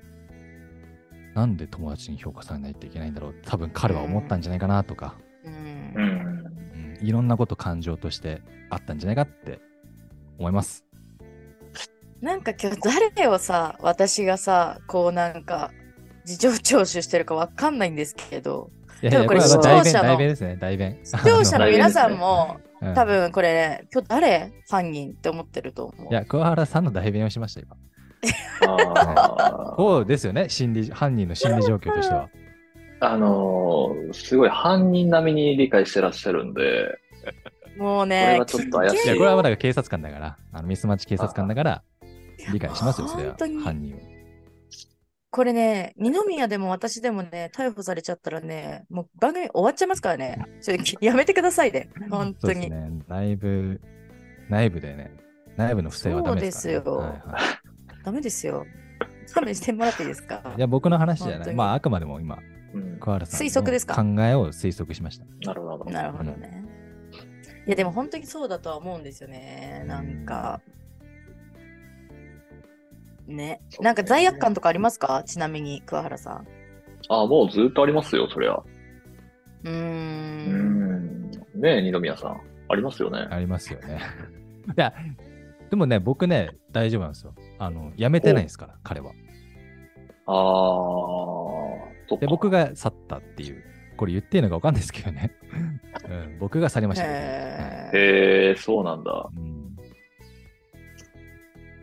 なんで友達に評価されないといけないんだろう多分彼は思ったんじゃないかなとか、ううんん。うんいろんなこと感情としてあったんじゃないかって思います。なんか今日誰をさ私がさこうなんか事情聴取してるかわかんないんですけどいやいやでもこれは代弁視聴者の代弁ですね代弁。視聴者の皆さんもあの多、分これね今日誰犯人って思ってると思ううんいや桑原さんの代弁をしました今。あーこうですよね心理犯人の心理状況としては。あのーすごい犯人並みに理解してらっしゃるんで、もうこれねはちょっと怪いしやい。これはまだ警察官だからあのミスマッチ警察官だから理解しますよそれは本当に犯人を。これね、二宮でも私でもね、逮捕されちゃったらね、もう番組終わっちゃいますからね。ちょっときやめてくださいね。本当そうでに。すね。内部、内部でね、内部の不正はダメですから、ね。そうですよはいはダメですよ。勘弁してもらっていいですかい、いや、僕の話じゃ本な当い。にまあ、あくまでも今、うん桑原さん推測ですかの考えを推測しました。なるほど。なるほどね。いやでも本当にそうだとは思うんですよね。なんか。ね。なんか罪悪感とかありますかちなみに桑原さん。ああ、もうずっとありますよ、そりゃ。うー。うんん。ねえ、二宮さん。ありますよね。ありますよね。 いや、でもね、僕ね、大丈夫なんですよ。あの、辞めてないんですから、彼は。ああ、そっかで、僕が去ったっていう、これ言っていいのか分かんないですけどね。 うん、僕が去りましたけどね。へーへえ、そうなんだ。うん、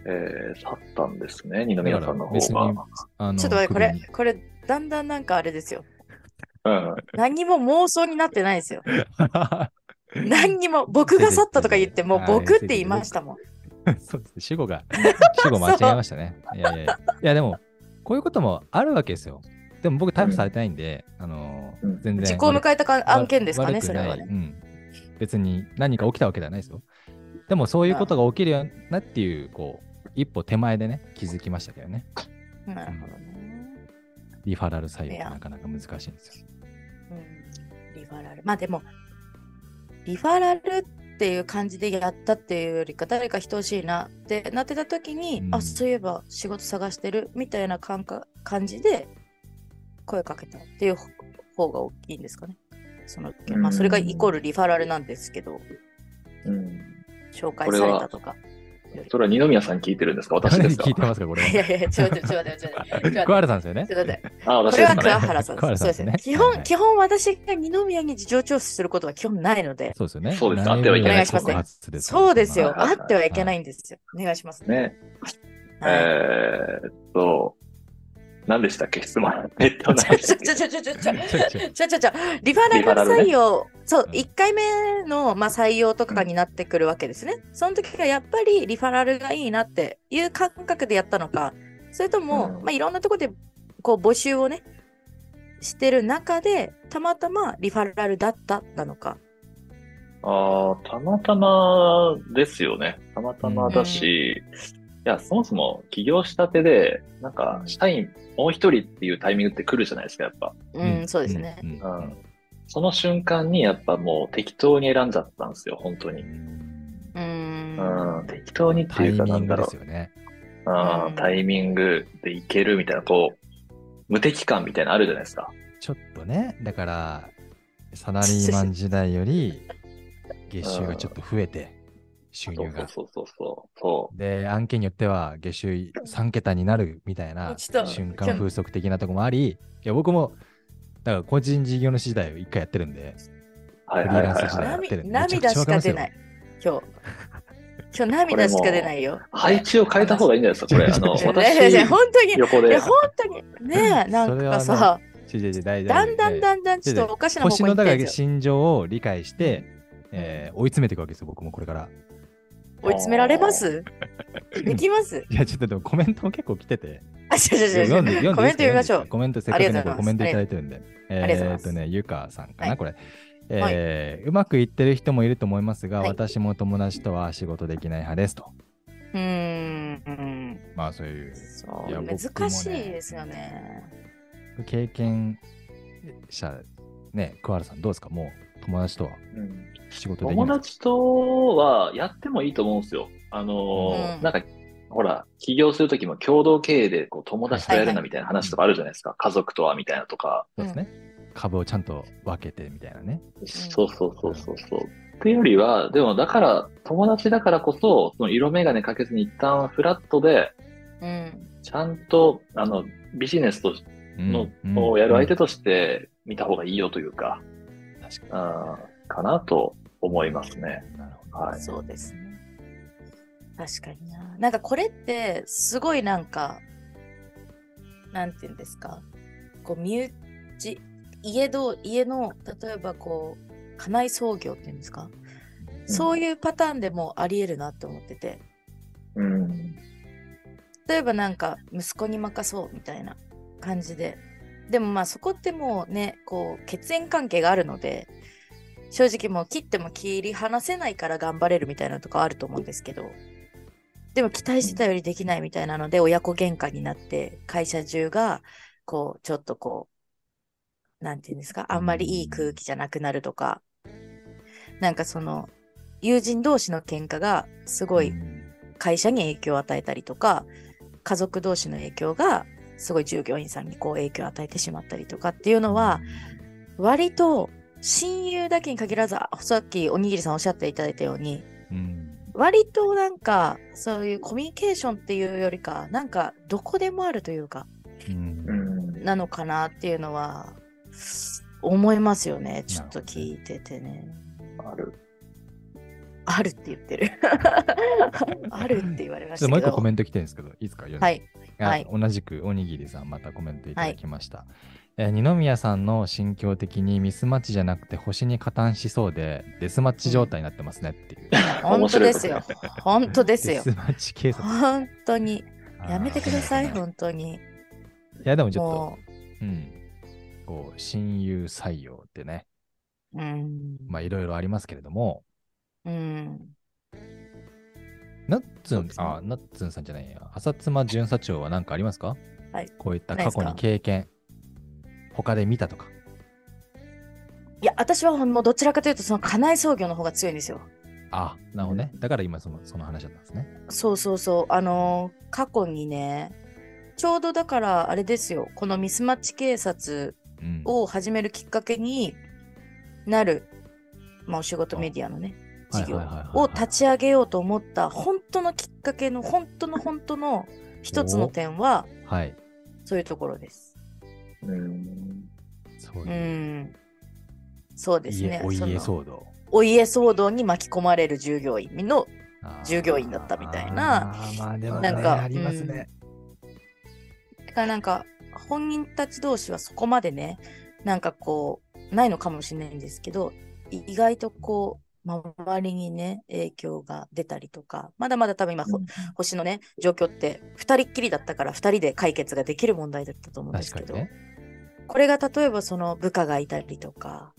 えー、去ったんですね、二だか宮さんのら方別にが。、あのちょっと待って、こ首れに、これ、だんだんなんかあれですよ。うん。何も妄想になってないですよ。何にも、僕が去ったとか言って、もう僕って言いましたもん。 そうですね、主 語が、主語間違えましたね。いやいやいや、いやでも、こういうこともあるわけですよ。でも僕、逮捕されてないんで、あのーうん全然。時効を迎えたか案件ですかね、悪くそれないはねう。ん。別に何か起きたわけではないですよ。でも、そういうことが起きるよなっていう、こう、一歩手前でね、気づきましたけどね。なるほどね。リファラル採用っいてやなかなか難しいんですよ。うん、リファラル。まあでも、リファラルっていう感じでやったっていうよりか、誰か等しいなってなってた時に、うんあ、そういえば仕事探してるみたいな感覚感じで声かけたっていう方が大きいんですかね。そのまあ、それがイコールリファラルなんですけど、うん、紹介されたとか。それは二宮さん聞いてるんですか私です か聞いてますか、これい。やいやいや、ちょっと待って、ちょっと待って、ちょっと待って。桑原さんですよねち。ょっと待ってあ、私これはです桑かね。原さん桑です。原さそうんでですすねね。基はいは本、い基本私が二宮に事情聴取することは基本ないので、そうですよね。そうですあってはいけないです内部ね告発ですからそうですよ。はいはいあはいってはいけないんですよ。お願いします。ね。はいえーっと、何でしたっけ質問。えっと、何でし ちたょっちょちょちょちょちょちょいちょちょいちょちょリファリファララルルね採用、そうう、ん1回目の、まあ、採用とかになってくるわけですね。その時がやっぱりリファラルがいいなっていう感覚でやったのか、それとも、うまんあ、いろんなとこでこう募集をね、してる中で、たまたまリファラルだったなのか。あーたまたまですよね。たまたまだし、いや、そもそも起業したてで、なんか、社員もう一人っていうタイミングって来るじゃないですか、やっぱ。うん、そうですね。うんうんその瞬間に、やっぱもう適当に選んじゃったんですよ、本当に。うーん。うん、適当にってタイいうか、ミなングんだでろすよね。う。あうんタイミングでいけるみたいな、こう、無敵感みたいなのあるじゃないですか。ちょっとね、だから、サラリーマン時代より、月収がちょっと増えて、収そ入うが。そうそうそう。そで、案件によっては、月収3桁になるみたいな、ちょっと瞬間風速的なとこもあり、いや、僕も、だから個人事業主時代を一回やってるんで、う。はいはいはフリーラいンス時代はい。涙涙しか出ない。 今日。今日涙しか出ないよ。配置を変えた方がいいんじゃないですか、こ れ。あの、いやいやいや 私、本当に、い横でや、。本当に、ねえ、なんかそれはさ、ちょちょちょ大丈夫だんだんだんだんちょっとおかしな方星向に行のってだかるんらですよ。心情を理解して、えー追い詰めていくわけですよ、僕もこれから。追い詰められますできますいや、ちょっとでもコメントも結構来てて、あ、違う違う違読うんで読んでコメント読みましょういいですかコメントせっかくあねりがとうございますコメントいただいてるんで。ありがとうございえーまっすとね、ゆかさんかはな、いこれ。えーうまくいってる人もいると思いますが、はい私も友達とは仕事できない派ですと。うーん。まあそういうそいやう、僕もね難しいですよね。経験者、ね、桑原さんどうですかもう友達とはうん仕事できない友達とはやってもいいと思うんですよ。あのーうんなんか、ほら、起業するときも共同経営でこう友達とやるなみたいな話とかあるじゃないですか。家族とはみたいなとか。そうですね。株をちゃんと分けてみたいなね。そうそうそうそうそう。っていうよりは、でもだから、友達だからこそ、その色眼鏡かけずに一旦フラットで、うん。ちゃんと、あの、ビジネスとしうんの、うんをやる相手として見た方がいいよというか、うん確かあーかなと思いますね。に。なるほど。はい。そうですね。確かにな。なんかこれって、すごいなんか、なんて言うんですか。こう、身内、家どう家の、例えばこう、家内創業っていうんですか。そういうパターンでもあり得るなと思ってて。うん。例えばなんか息子に任そうみたいな感じででもまあそこってもうねこう血縁関係があるので正直もう切っても切り離せないから頑張れるみたいなとかあると思うんですけどでも期待してたよりできないみたいなので親子喧嘩になって会社中がこうちょっとこうなんていうんですかあんまりいい空気じゃなくなるとかなんかその友人同士の喧嘩がすごいうん会社に影響を与えたりとか家族同士の影響がすごい従業員さんにこう影響を与えてしまったりとかっていうのは割と親友だけに限らずあさっきおにぎりさんおっしゃっていただいたようにうん割となんかそういうコミュニケーションっていうよりかなんかどこでもあるというかうんうん。なのかなっていうのは思いますよねちょっと聞いててね。ある。あるって言ってる。 あるって言われまちしょっけたともう一個コど。メント来てるんですけど、いいですか読んではい。あはい同じくおにぎりさん、またコメントいただきました。えー二宮さんの心境的にミスマッチじゃなくて星に加担しそうでデスマッチ状態になってますねっ ていう。本当ですよ。本当ですよデ。スマッチ警察。本当に。やめてくださ い、あー本当に。いやでもちょもっと、うん、こう親友採用ってね、う、うん。まあいろいろありますけれども、うん。ナッツそうンで、すねあ、ナッツンさんじゃないや、浅妻巡査長は何かありますかはい。こういったない過です去かに経験、他で見たとか。いや、私はもうどちらかというと、その家内操業の方が強いんですよ。あ、なるほどね。だから今そのその話だったんですね。そうそうそう。あのー過去にね、ちょうどだからあれですよ、このミスマッチ警察うん。を始めるきっかけになる、まあ、お仕事メディアのね、はい事は業いはいはいを立ち上げようと思った本当のきっかけの本当の本当の一つの点ははい。そういうところです。うん。そうういう、ん。そうです家ね。お家その騒動。お家騒動に巻き込まれる従業員のあー従業員だったみたいな。あーまあでもね、なんかありますね。だからなんか本人たち同士はそこまでねなんかこうないのかもしれないんですけどい意外とこう周りにね影響が出たりとかまだまだ多分今、ほ星のね状況って2人っきりだったから2人で解決ができる問題だったと思うんで確すかけにど、ね。これが例えばその部下がいたりとか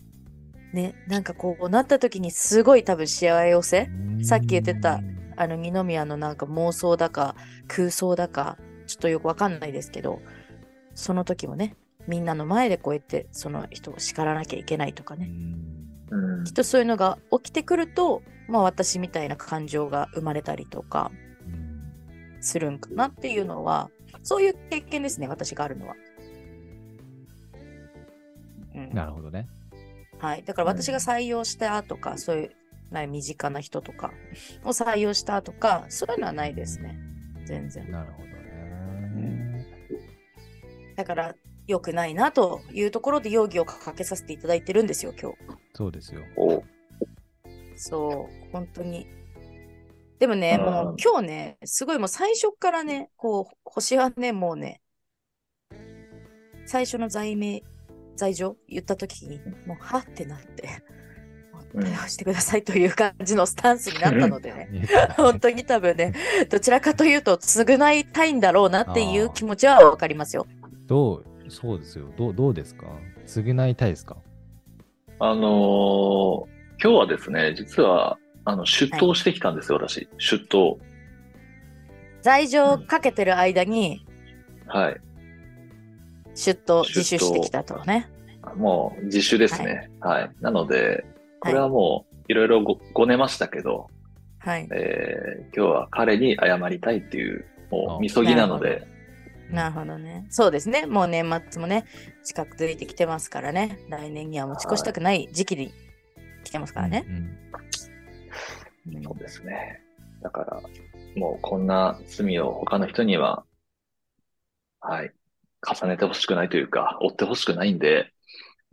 ねなんかこうなった時にすごい多分幸せ、うんさっき言ってたあの二宮のなんか妄想だか空想だかちょっとよくわかんないですけどその時もねみんなの前でこうやってその人を叱らなきゃいけないとかうねんうんきっとそういうのが起きてくるとまあ私みたいな感情が生まれたりとかうんするんかなっていうのはそういう経験ですね私があるのは。うんなるほどね。はい、だからうん私が採用したとか、そういうなんか身近な人とかを採用したとかそういうのはないですね。全然なるほどね。だから良くないなというところで容疑をかけさせていただいてるんですよ今そうですよ。お日。そう本当に。でもね、うんもう今日ねすごいもう最初からねこう星はねもうね最初の罪名罪状言った時にもうはってなって。もう対応してくださいという感じのスタンスになったのでね、 本当に多分ね、どちらかというと、償いたいんだろうなっていう気持ちはわかりますよ。どう、そうですよ。どう、どうですか償いたいですかあのー今日はですね、実は、あの、出頭してきたんですよ、私。出頭。罪状をかけてる間に、はい。出頭、自首してきたとね。もう自首ですね。はい。なので、これはもう、いろいろごごねましたけど、はい。えー今日は彼に謝りたいっていう、もあう、みそぎなので、なるほどね。そうですね。もう年末もね、近づいてきてますからね。来年には持ち越したくない時期に来てますからね。うんうんうんそうですね。だから、もうこんな罪を他の人には、はい、重ねてほしくないというか、追ってほしくないんで、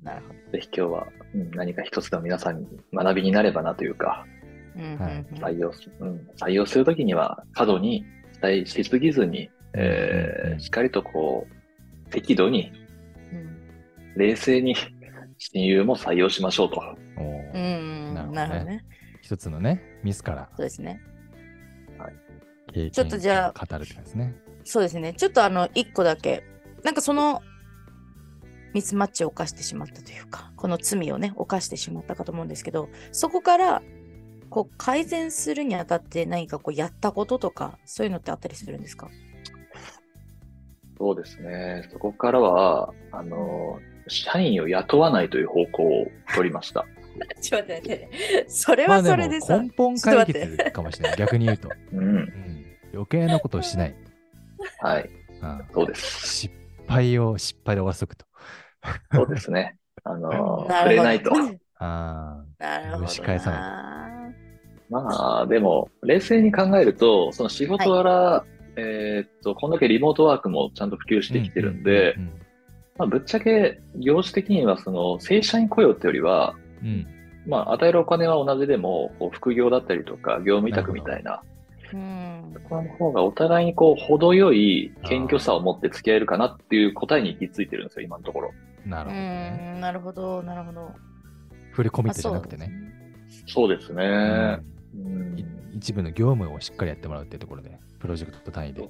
なるほど。ぜひ今日は、うん、何か一つでも皆さんに学びになればなというか、うんうんうんは採用す、うん、採用するときには過度に期待しすぎずに、うんうんえうんー、しっかりとこう、適度に、うん冷静に親友も採用しましょうと。おうーんうんななるるほほどどねね。一つのね、ミスからそうですね。経験ちょっとじゃあ語るってことですね。そうですね。ちょっとあの、一個だけ、なんかその、ミスマッチを犯してしまったというか、この罪をね、犯してしまったかと思うんですけど、そこから、こう、改善するにあたって何かこう、やったこととか、そういうのってあったりするんですかそうですね。そこからは、あの、社員を雇わないという方向を取りました。ちょっと待って待って。それまはあそでれもでさ。根本解 決かもしれない。逆に言うと、うんう。ん余計なことをしない。はい。うんそうです。失敗を失敗で終わらせとくと。そうですね。あ の、な触るれほどないと。あなるほどな。蒸し返さ まあ、でも、冷静に考えると、その仕事柄、えーっと、こんだけリモートワークもちゃんと普及ーしてきてるんで、うんまあ、ぶっちゃけ、業種的には、その、正社員雇用ってよりは、うんうんまあ、与えるお金は同じでも、こう副業だったりとか、業務委託みたいな、うん。この方がお互いにこう、程よい謙虚さを持って付き合えるかなっていう答えに行き着いてるんですよ、今のところ。うんなうるほどね。ん。なるほど、なるほど。振り込みまあってじゃなくてね。。そうですね。うんい一部の業務をしっかりやってもらうっていうところで、プロジェクト単位で。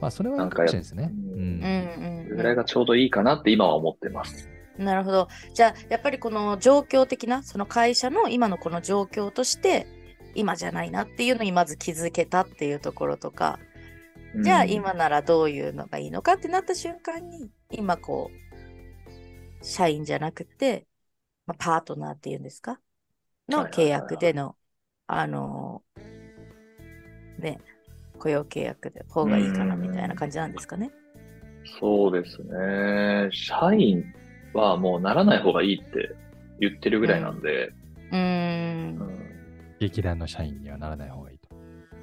まあ、それはあるかもしれないですね。うそうですねうんそれうんぐらいがちょうどいいかなって今は思ってます。うん。なるほど。じゃあ、やっぱりこの状況的な、その会社の今のこの状況として、今じゃないなっていうのにまず気づけたっていうところとか、じゃあうん今ならどういうのがいいのかってなった瞬間に今こう社員じゃなくて、まあ、パートナーっていうんですかのはいは契いはいはい約でのあのーね雇用契約で方がいいかなみたいな感じなんですかね。そうですね。社員はもうならない方がいいって言ってるぐらいなんで、うーんうん劇団の社員にはならない方がいいと。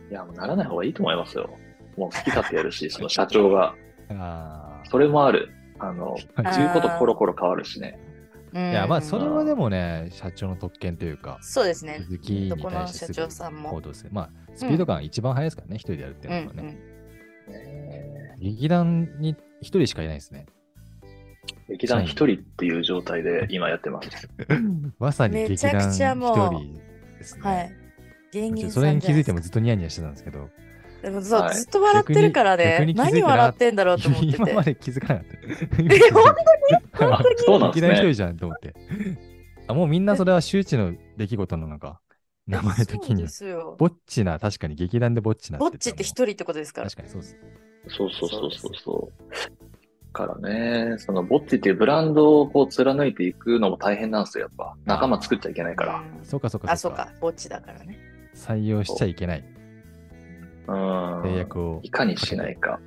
いや、もうならない方がいいと思いますよ。もう好き勝手やるし、その社長が。ああ。それもある。あの、あー言うことコロコロ変わるしね。うんいや、まあ、それはでもね、社長の特権というか、そうですね。続きにどこの対して社すぐ長さんも行。動する。まあ、スピード感一番速いですからね、一人でやるってういんううのはね。ん、劇団に一人しかいないですね。劇団一人っていう状態で今やってます。まさに劇団めちゃくちゃ一もう人ですね。はい。芸人さんそれに気づいじてゃもなでずっとニヤニヤしてたんです けすど、かでもそう、はいずっと笑ってるから逆ねに逆に気づ何いたら笑ってんだろうと思ってて。今まで気づかなかった。え本当に本当にそうなん劇です団一人ね。じゃんと思って。あもうみんなそれは周知の出来事のなんか、名前的そうにで。すよぼっちな、確かに劇団でぼっちな。ぼっちって一人人ってことですから確。かにそうです。そうそうそうそうそう。だからね、そのぼっちっていうブランドをこう貫いていくのも大変なんですよ、やっぱ。仲間作っちゃいけないから。そうかそうかあ、そうか。ぼっちだからね。採用しちゃいけないうん。制約を。いかにしないか。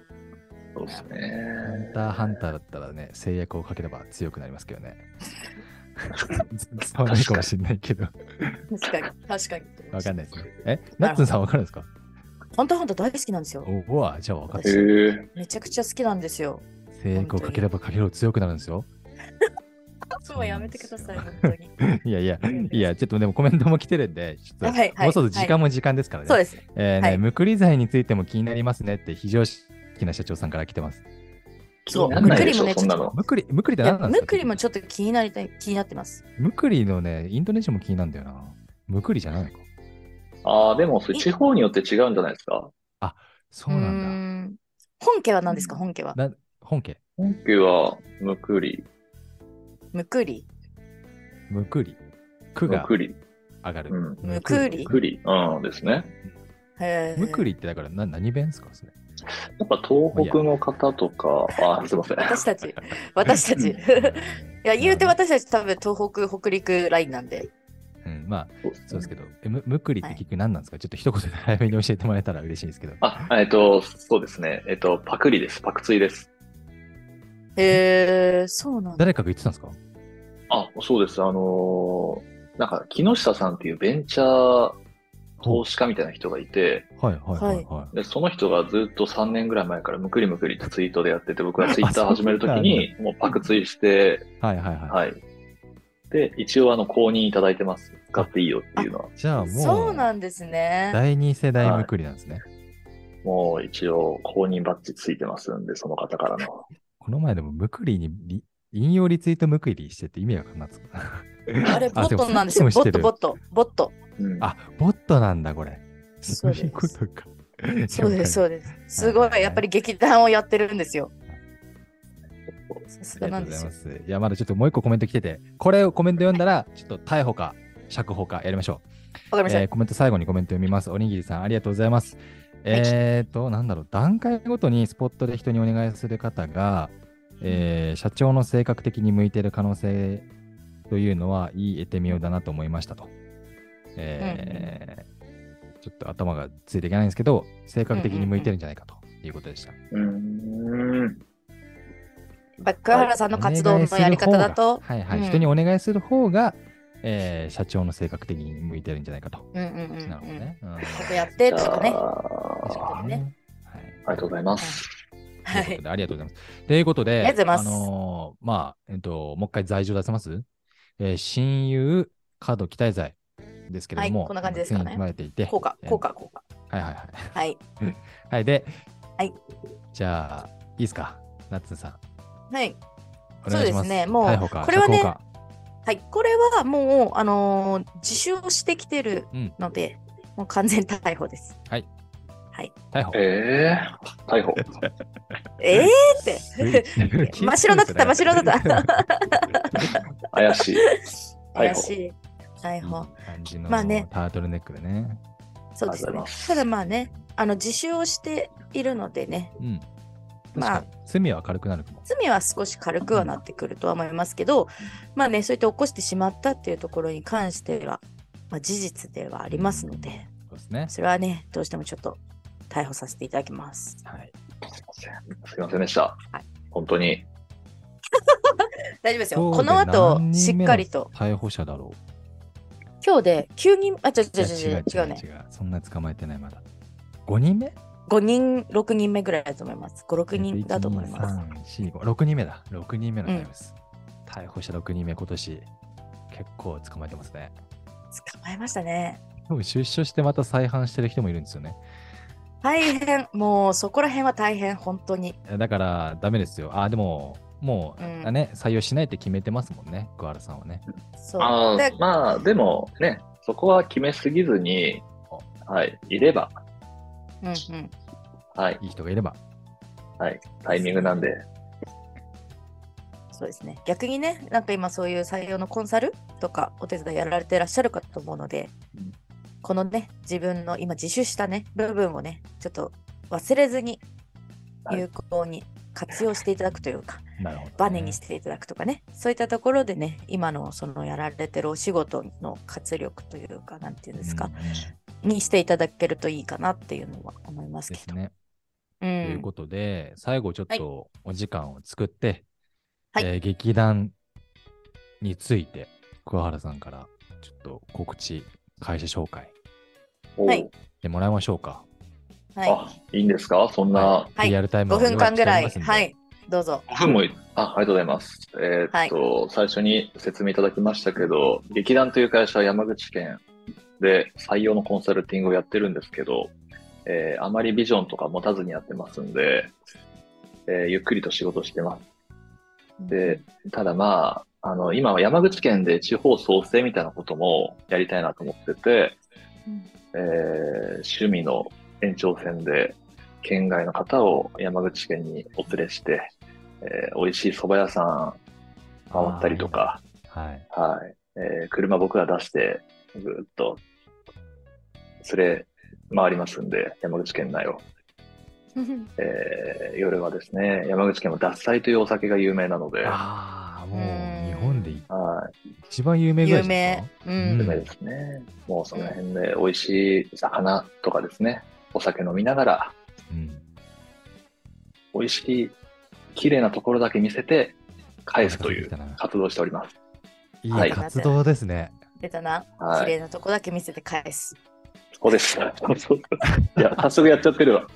そうですね。ハンターハンターだったらね、制約をかければ強くなりますけ どね。伝わらないかもしれないけど、確 かに。確かに。わかんないですね。え、ナッツンさんわかるんですかハンターハンター大好きなんですよ。おお、じゃあ分かっへた私。え。めちゃくちゃ好きなんですよ。制約をかければかけるほど強くなるんですよ。そうはやめてください、そう本当に。いやいや、いや、ちょっとでもコメントも来てるんで、ちょっと、はいはいもうそろそろ時間も時間ですからね。そうです。えーねはいむくり罪についても気になりますねって、非常識な社長さんから来てます。そうなんないでしむくりもねょ、そんなの。むくり、むくりっていや何なんでむすかくりもちょっと気になりたい、気になってます。むくりのね、イントネーションも気になるんだよな。むくりじゃないのか。ああ、でも、それ地方によって違うんじゃないですか。そうなんだ。ん本家は何ですか、本家は。な本家、本家は、むくり、むくり。むくり。くむがくり、上がるう。ん、むくりむくり、うんですね。へーむくりってだからな何弁ですか それ。やっぱ東北の方とか、あーすいません。私たち、私た ち。いや、言うて私たち多分東北、北陸ラインなんで。うん、まあ、そうですそうねですけど、えむむくりってはい結局何なんですか、ちょっと一言で早めに教えてもらえたら嬉しいんですけど。あ、えっと、そうですね。えっと、パクリです。パクツイです。へえ、そうなんだ。誰かが言ってたんですかあ、そうです。あのーなんか、木下さんっていうベンチャー投資家みたいな人がいて、はいはいはいはでその人がずっと3年ぐらい前からむくりむくりってツイートでやってて、僕はツイッターあ始めるときに、もうパクツイして、い。はいはいははい。で、一応、あの、公認いただいてます。使っていいよっていうのは、い。じゃあもそうう、なんですね。第二世代むくりなんですね。もう一応、公認バッジついてますんで、その方からの。この前でもむくりにリ引用リツイートむくりしてて意味わかんなかったあれ、ボあッでもトなんですよ。そボッっちもしてるト、ボット、ボット。うんあ、ボットなんだこれ。そうですいうことか。そうです、そううです。すごい、やっぱり劇団をやってるんですよ。さすあがりがなんとうでござすいよま。す。いや、まだちょっともう一個コメント来てて、これをコメント読んだら、ちょっと逮捕か釈放かやりましょわかう。りました。えーコメント最後にコメント読みます。おにぎりさん、ありがとうございます。えっと、なんだろう、段階ごとにスポットで人にお願いする方が、えー社長の性格的に向いている可能性というのはいい得てみようだなと思いましたと。えーちょっと頭がついていけないんですけど、性格的に向いてるんじゃないかということでした。うーん。ぱ桑原さんの活動のやり方だとお、願いする方がはいはいうん人にお願いする方が、えー社長の性格的に向いてるんじゃないかと。うんうんうん、うん。なるほどね。うんここやってとじゃかね。あ確かにね。はいありがとうございます。とはいうことい。でありがとうございます。ということで、ありがとうございますのーまあ、えっと、もう一回罪状出せます、えー親友、過度期待罪ですけれども、はいこんな感じですかね組まれていて、こうか、こうか、こうか。はいはいはい。はい。はい、で、はいじゃあ、いいですか、ナッツンさん。はい。お願いしまそす。うですねもう逮捕かこれはね釈放かはい、これはもう、あのー自首をしてきてるうんので、もう完全逮捕です。逮捕。えー、逮捕。えええー、真っ白になって た、真っ白になってた。怪しい。逮怪捕し。い。逮捕。感じのまあねタートルネックでね。そうですありねがとうたございま。だまあね、あの自首をしているのでね、うん。まあ確かに罪は軽くなるかも。罪は少し軽くはなってくるとは思いますけど、まあね、そうやって起こしてしまったっていうところに関しては、まあ、事実ではありますので、そうですね。それはね、どうしてもちょっと逮捕させていただきます。はい。すいません。すいませんでした。はい本当に。大丈夫ですよ。今日こので後何、し人目っのかりと、逮捕者だろう。今日で9人、あ、違う違うい違やう違う違うね。そんな捕まえてないまだ。5人目5人、6人目ぐらいだと思います。5、6人だと思います。す。1 2 3 4 5 6人目だ。6人目の逮捕です。逮捕した6人目、今年結構捕まえてますね。捕まえましたね。でも出所してまた再犯してる人もいるんですよね。大変、もうそこら辺は大変、本当に。だからダメですよ。あ、でも、もう、うんあね、採用しないって決めてますもんね、桑原さんはね。そう。あだーまあ、でもね、そこは決めすぎずに、はい、いれば、うんうん。はい、いい人がいれば。タイミングなんで、そうですね。逆にね、なんか今そういう採用のコンサルとかお手伝いやられてらっしゃるかと思うのでうん、このね、自分の今自首したね、部分をね、ちょっと忘れずにはい有効に活用していただくというか、なるほど、バネにしていただくとかね、そういったところでね、今のそのやられてるお仕事の活力というか、なんていうんですかうん、でにしていただけるといいかなっていうのは思いますけすど。ね。う、というんことで、最後ちょっとお時間を作って、はいえー劇団について、桑原さんからちょっと告知、会社紹介おうはいでもらいましょうか。はい、あいいんですか、そんな、はいリアルタイム5分間ぐら用い、意しておりますんではい、どうぞ。 5分もいあ、ありがとうございます。えーっと、最初に説明いただきましたけど、劇団という会社は山口県で採用のコンサルティングをやってるんですけど、えーあまりビジョンとか持たずにやってますんで、えーゆっくりと仕事してます。で、ただまあ、あの、今は山口県で地方創生みたいなこともやりたいなと思ってて、うんえー趣味の延長線で、県外の方を山口県にお連れして、えー美味しい蕎麦屋さん回ったりとか、はい。はい。えー車僕が出して、ぐーっと、連れ回りますんで、山口県内を。えー夜はですね、山口県は獺祭というお酒が有名なので、はああ、もうう日ん本でい。一番有名ぐら有いじゃないで名うすか。。うんん有名ですね。もうその辺で美味しい魚とかですね、お酒飲みながら、うん美味しい、綺麗なところだけ見せて返すといお腹う空てき活動をしております。たなはいいい活動です ね。出たな。綺はい。麗なとこだけ見せて返す。そうです。 いや、早速やっちゃってるわ。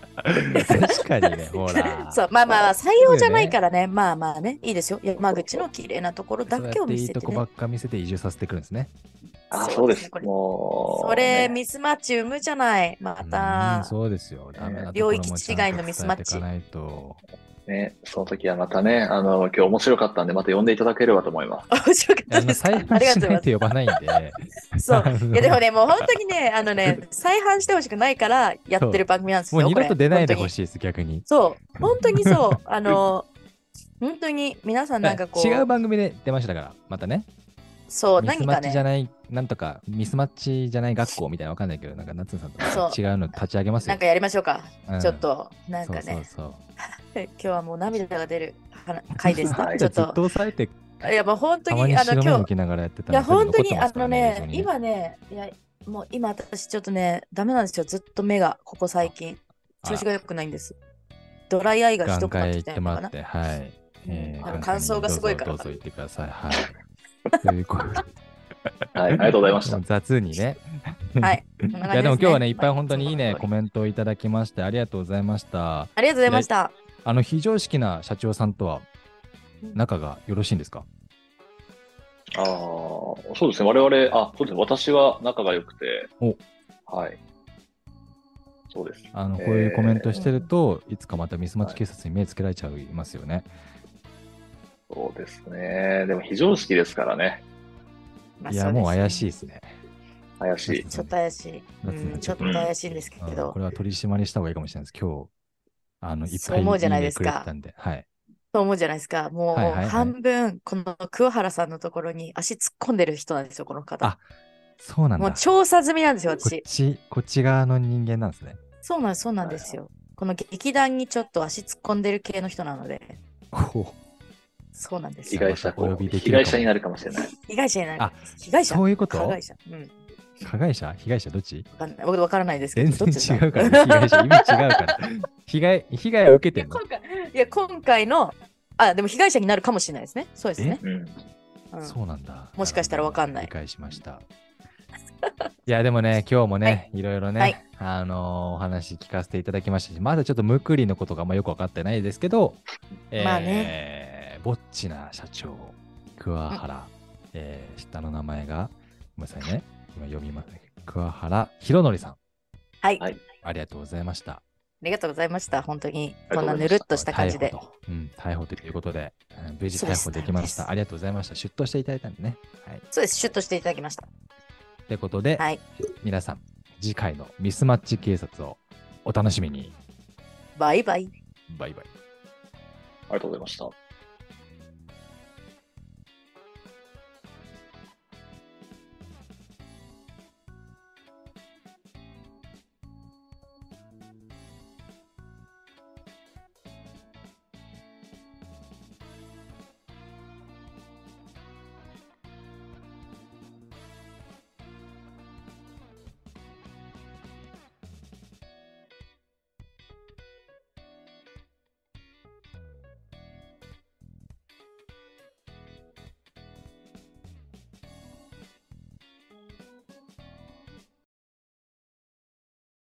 確かにね、ほ ら。そう、まあまあ、採用じゃないからね。まあまあね、いいですよ。山口の綺麗なところだけを見せそうやっていいとてこばねっ。か見せて移住させてくるんですね。あ、そうですこ。れもう、それ、ねミスマッチ生むじゃない。まうんた。そうですよ。ダメなところ領も域違いのミスマッチちゃんと伝えていかないと。ね、その時はまたね、あの、今日面白かったんで、また呼んでいただければと思います。面白かっあたのですか。あ再り販がとしうござないいと呼ばないんで。ます。 そう。いいやでもね、もう本当にね、あのね、再販してほしくないからやってる番組なんですもうよ。二度と出ないでこれほしいです、逆に。本当にそう、本当にそう。あの、本当に皆さんなんかこう、違う番組で出ましたから、またね。そう、ミス何マかッチじゃね、ない、なんとか、ミスマッチじゃない学校みたいなのわかんないけど、なんか、夏さんとそうか違うの立ち上げますなよん。かやりましょうか。うんちょっと、なんかね。そうそうそう。今日はもう涙が出る話回ですはね。いちょっずっとと。抑えてあいや、まあ本当たまに、にあの、白目今向日、きながらやってたいらや、本当全に、部残あってますからの映像ね、に今ね、いや、もう今私ちょっとね、ダメなんですよ。ずっと目が、ここ最近、あ調子が良くないんです。ドライアイがひど眼くなっ科へてき行ったてのかもらなっ。て、はい。えあのー乾燥がすごいからどうぞどうぞ行ってください。はい。ということで はい、ありがとうございましもたう。雑にね。はい。こんな感じすいやでも今日はね、いっぱい本当にいいね、まあコメントをいただきまして、ありがとうございました。ありがとうございました。あの、非常識な社長さんとはうん仲がよろしいんですかああ、そうですね。我々、あ、そうですね。私は仲が良くて。はい。そうです。あの、こういうコメントしてると、いつかまたミスマッチ警察に目つけられちゃいますよね。そうですね。でも非常識ですからね。まあ いや、もう怪しいい。ですね。怪しい。ちょっと怪しい。う、夏になんっちちょゃっっとた怪しいんですけうんどこ、れは取り締まりした方がいいかもしれないです。今日、あの、いっそぱうい思うじゃないですかいいねくれてたんで。はい。そう思うじゃないですか。もうはいはいはい半分、この桑原さんのところに足突っ込んでる人なんですよ、このあ方。そうなんもうだ。調査済みなんですよ、こっ私。ち、こっち側の人間なんですね。そうなんです、そうなんですよ。この劇団にちょっと足突っ込んでる系の人なので、ほうそうなんです被よ。害者、お呼びでき被るかも害者になるかもしれない。被害者になるあ。被害者そういうこと加害者。うん。加害者被害者どっちわかんない。僕わからないですけ全ど、然どっちだ違う から、ね、被害者意味違うから。被害、被害を受いけてやんの今回いや今回の、あ、でも被害者になるかもしれないですね。そうですね。うん。うんそうなんだ。もしかしたらわかんない理解しました。 いや、でもね、今日もね、い、ろいろね、はいあのーお話聞かせていただきましたし、まだちょっとムクリのことがあんまよくわかってないですけど、まあね、ぼっちな社長、桑原、えー下の名前が、ごめんなさいね、今読みます。桑原博則さん、はい。はいありがとうございました。ありがとうございました。本当に。ありこがんとなうございましたぬるっとした感逮じ捕で。と、うん、逮捕ということで、うん無事そうで逮す捕できま逮捕しでた。すありがとうございました。出頭していただいたんでね。はい。そうです。シュッとしていただきました。ってことで、はい。皆さん次回のミスマッチ警察をお楽しみにバイバイ。バイバイありがとうございました。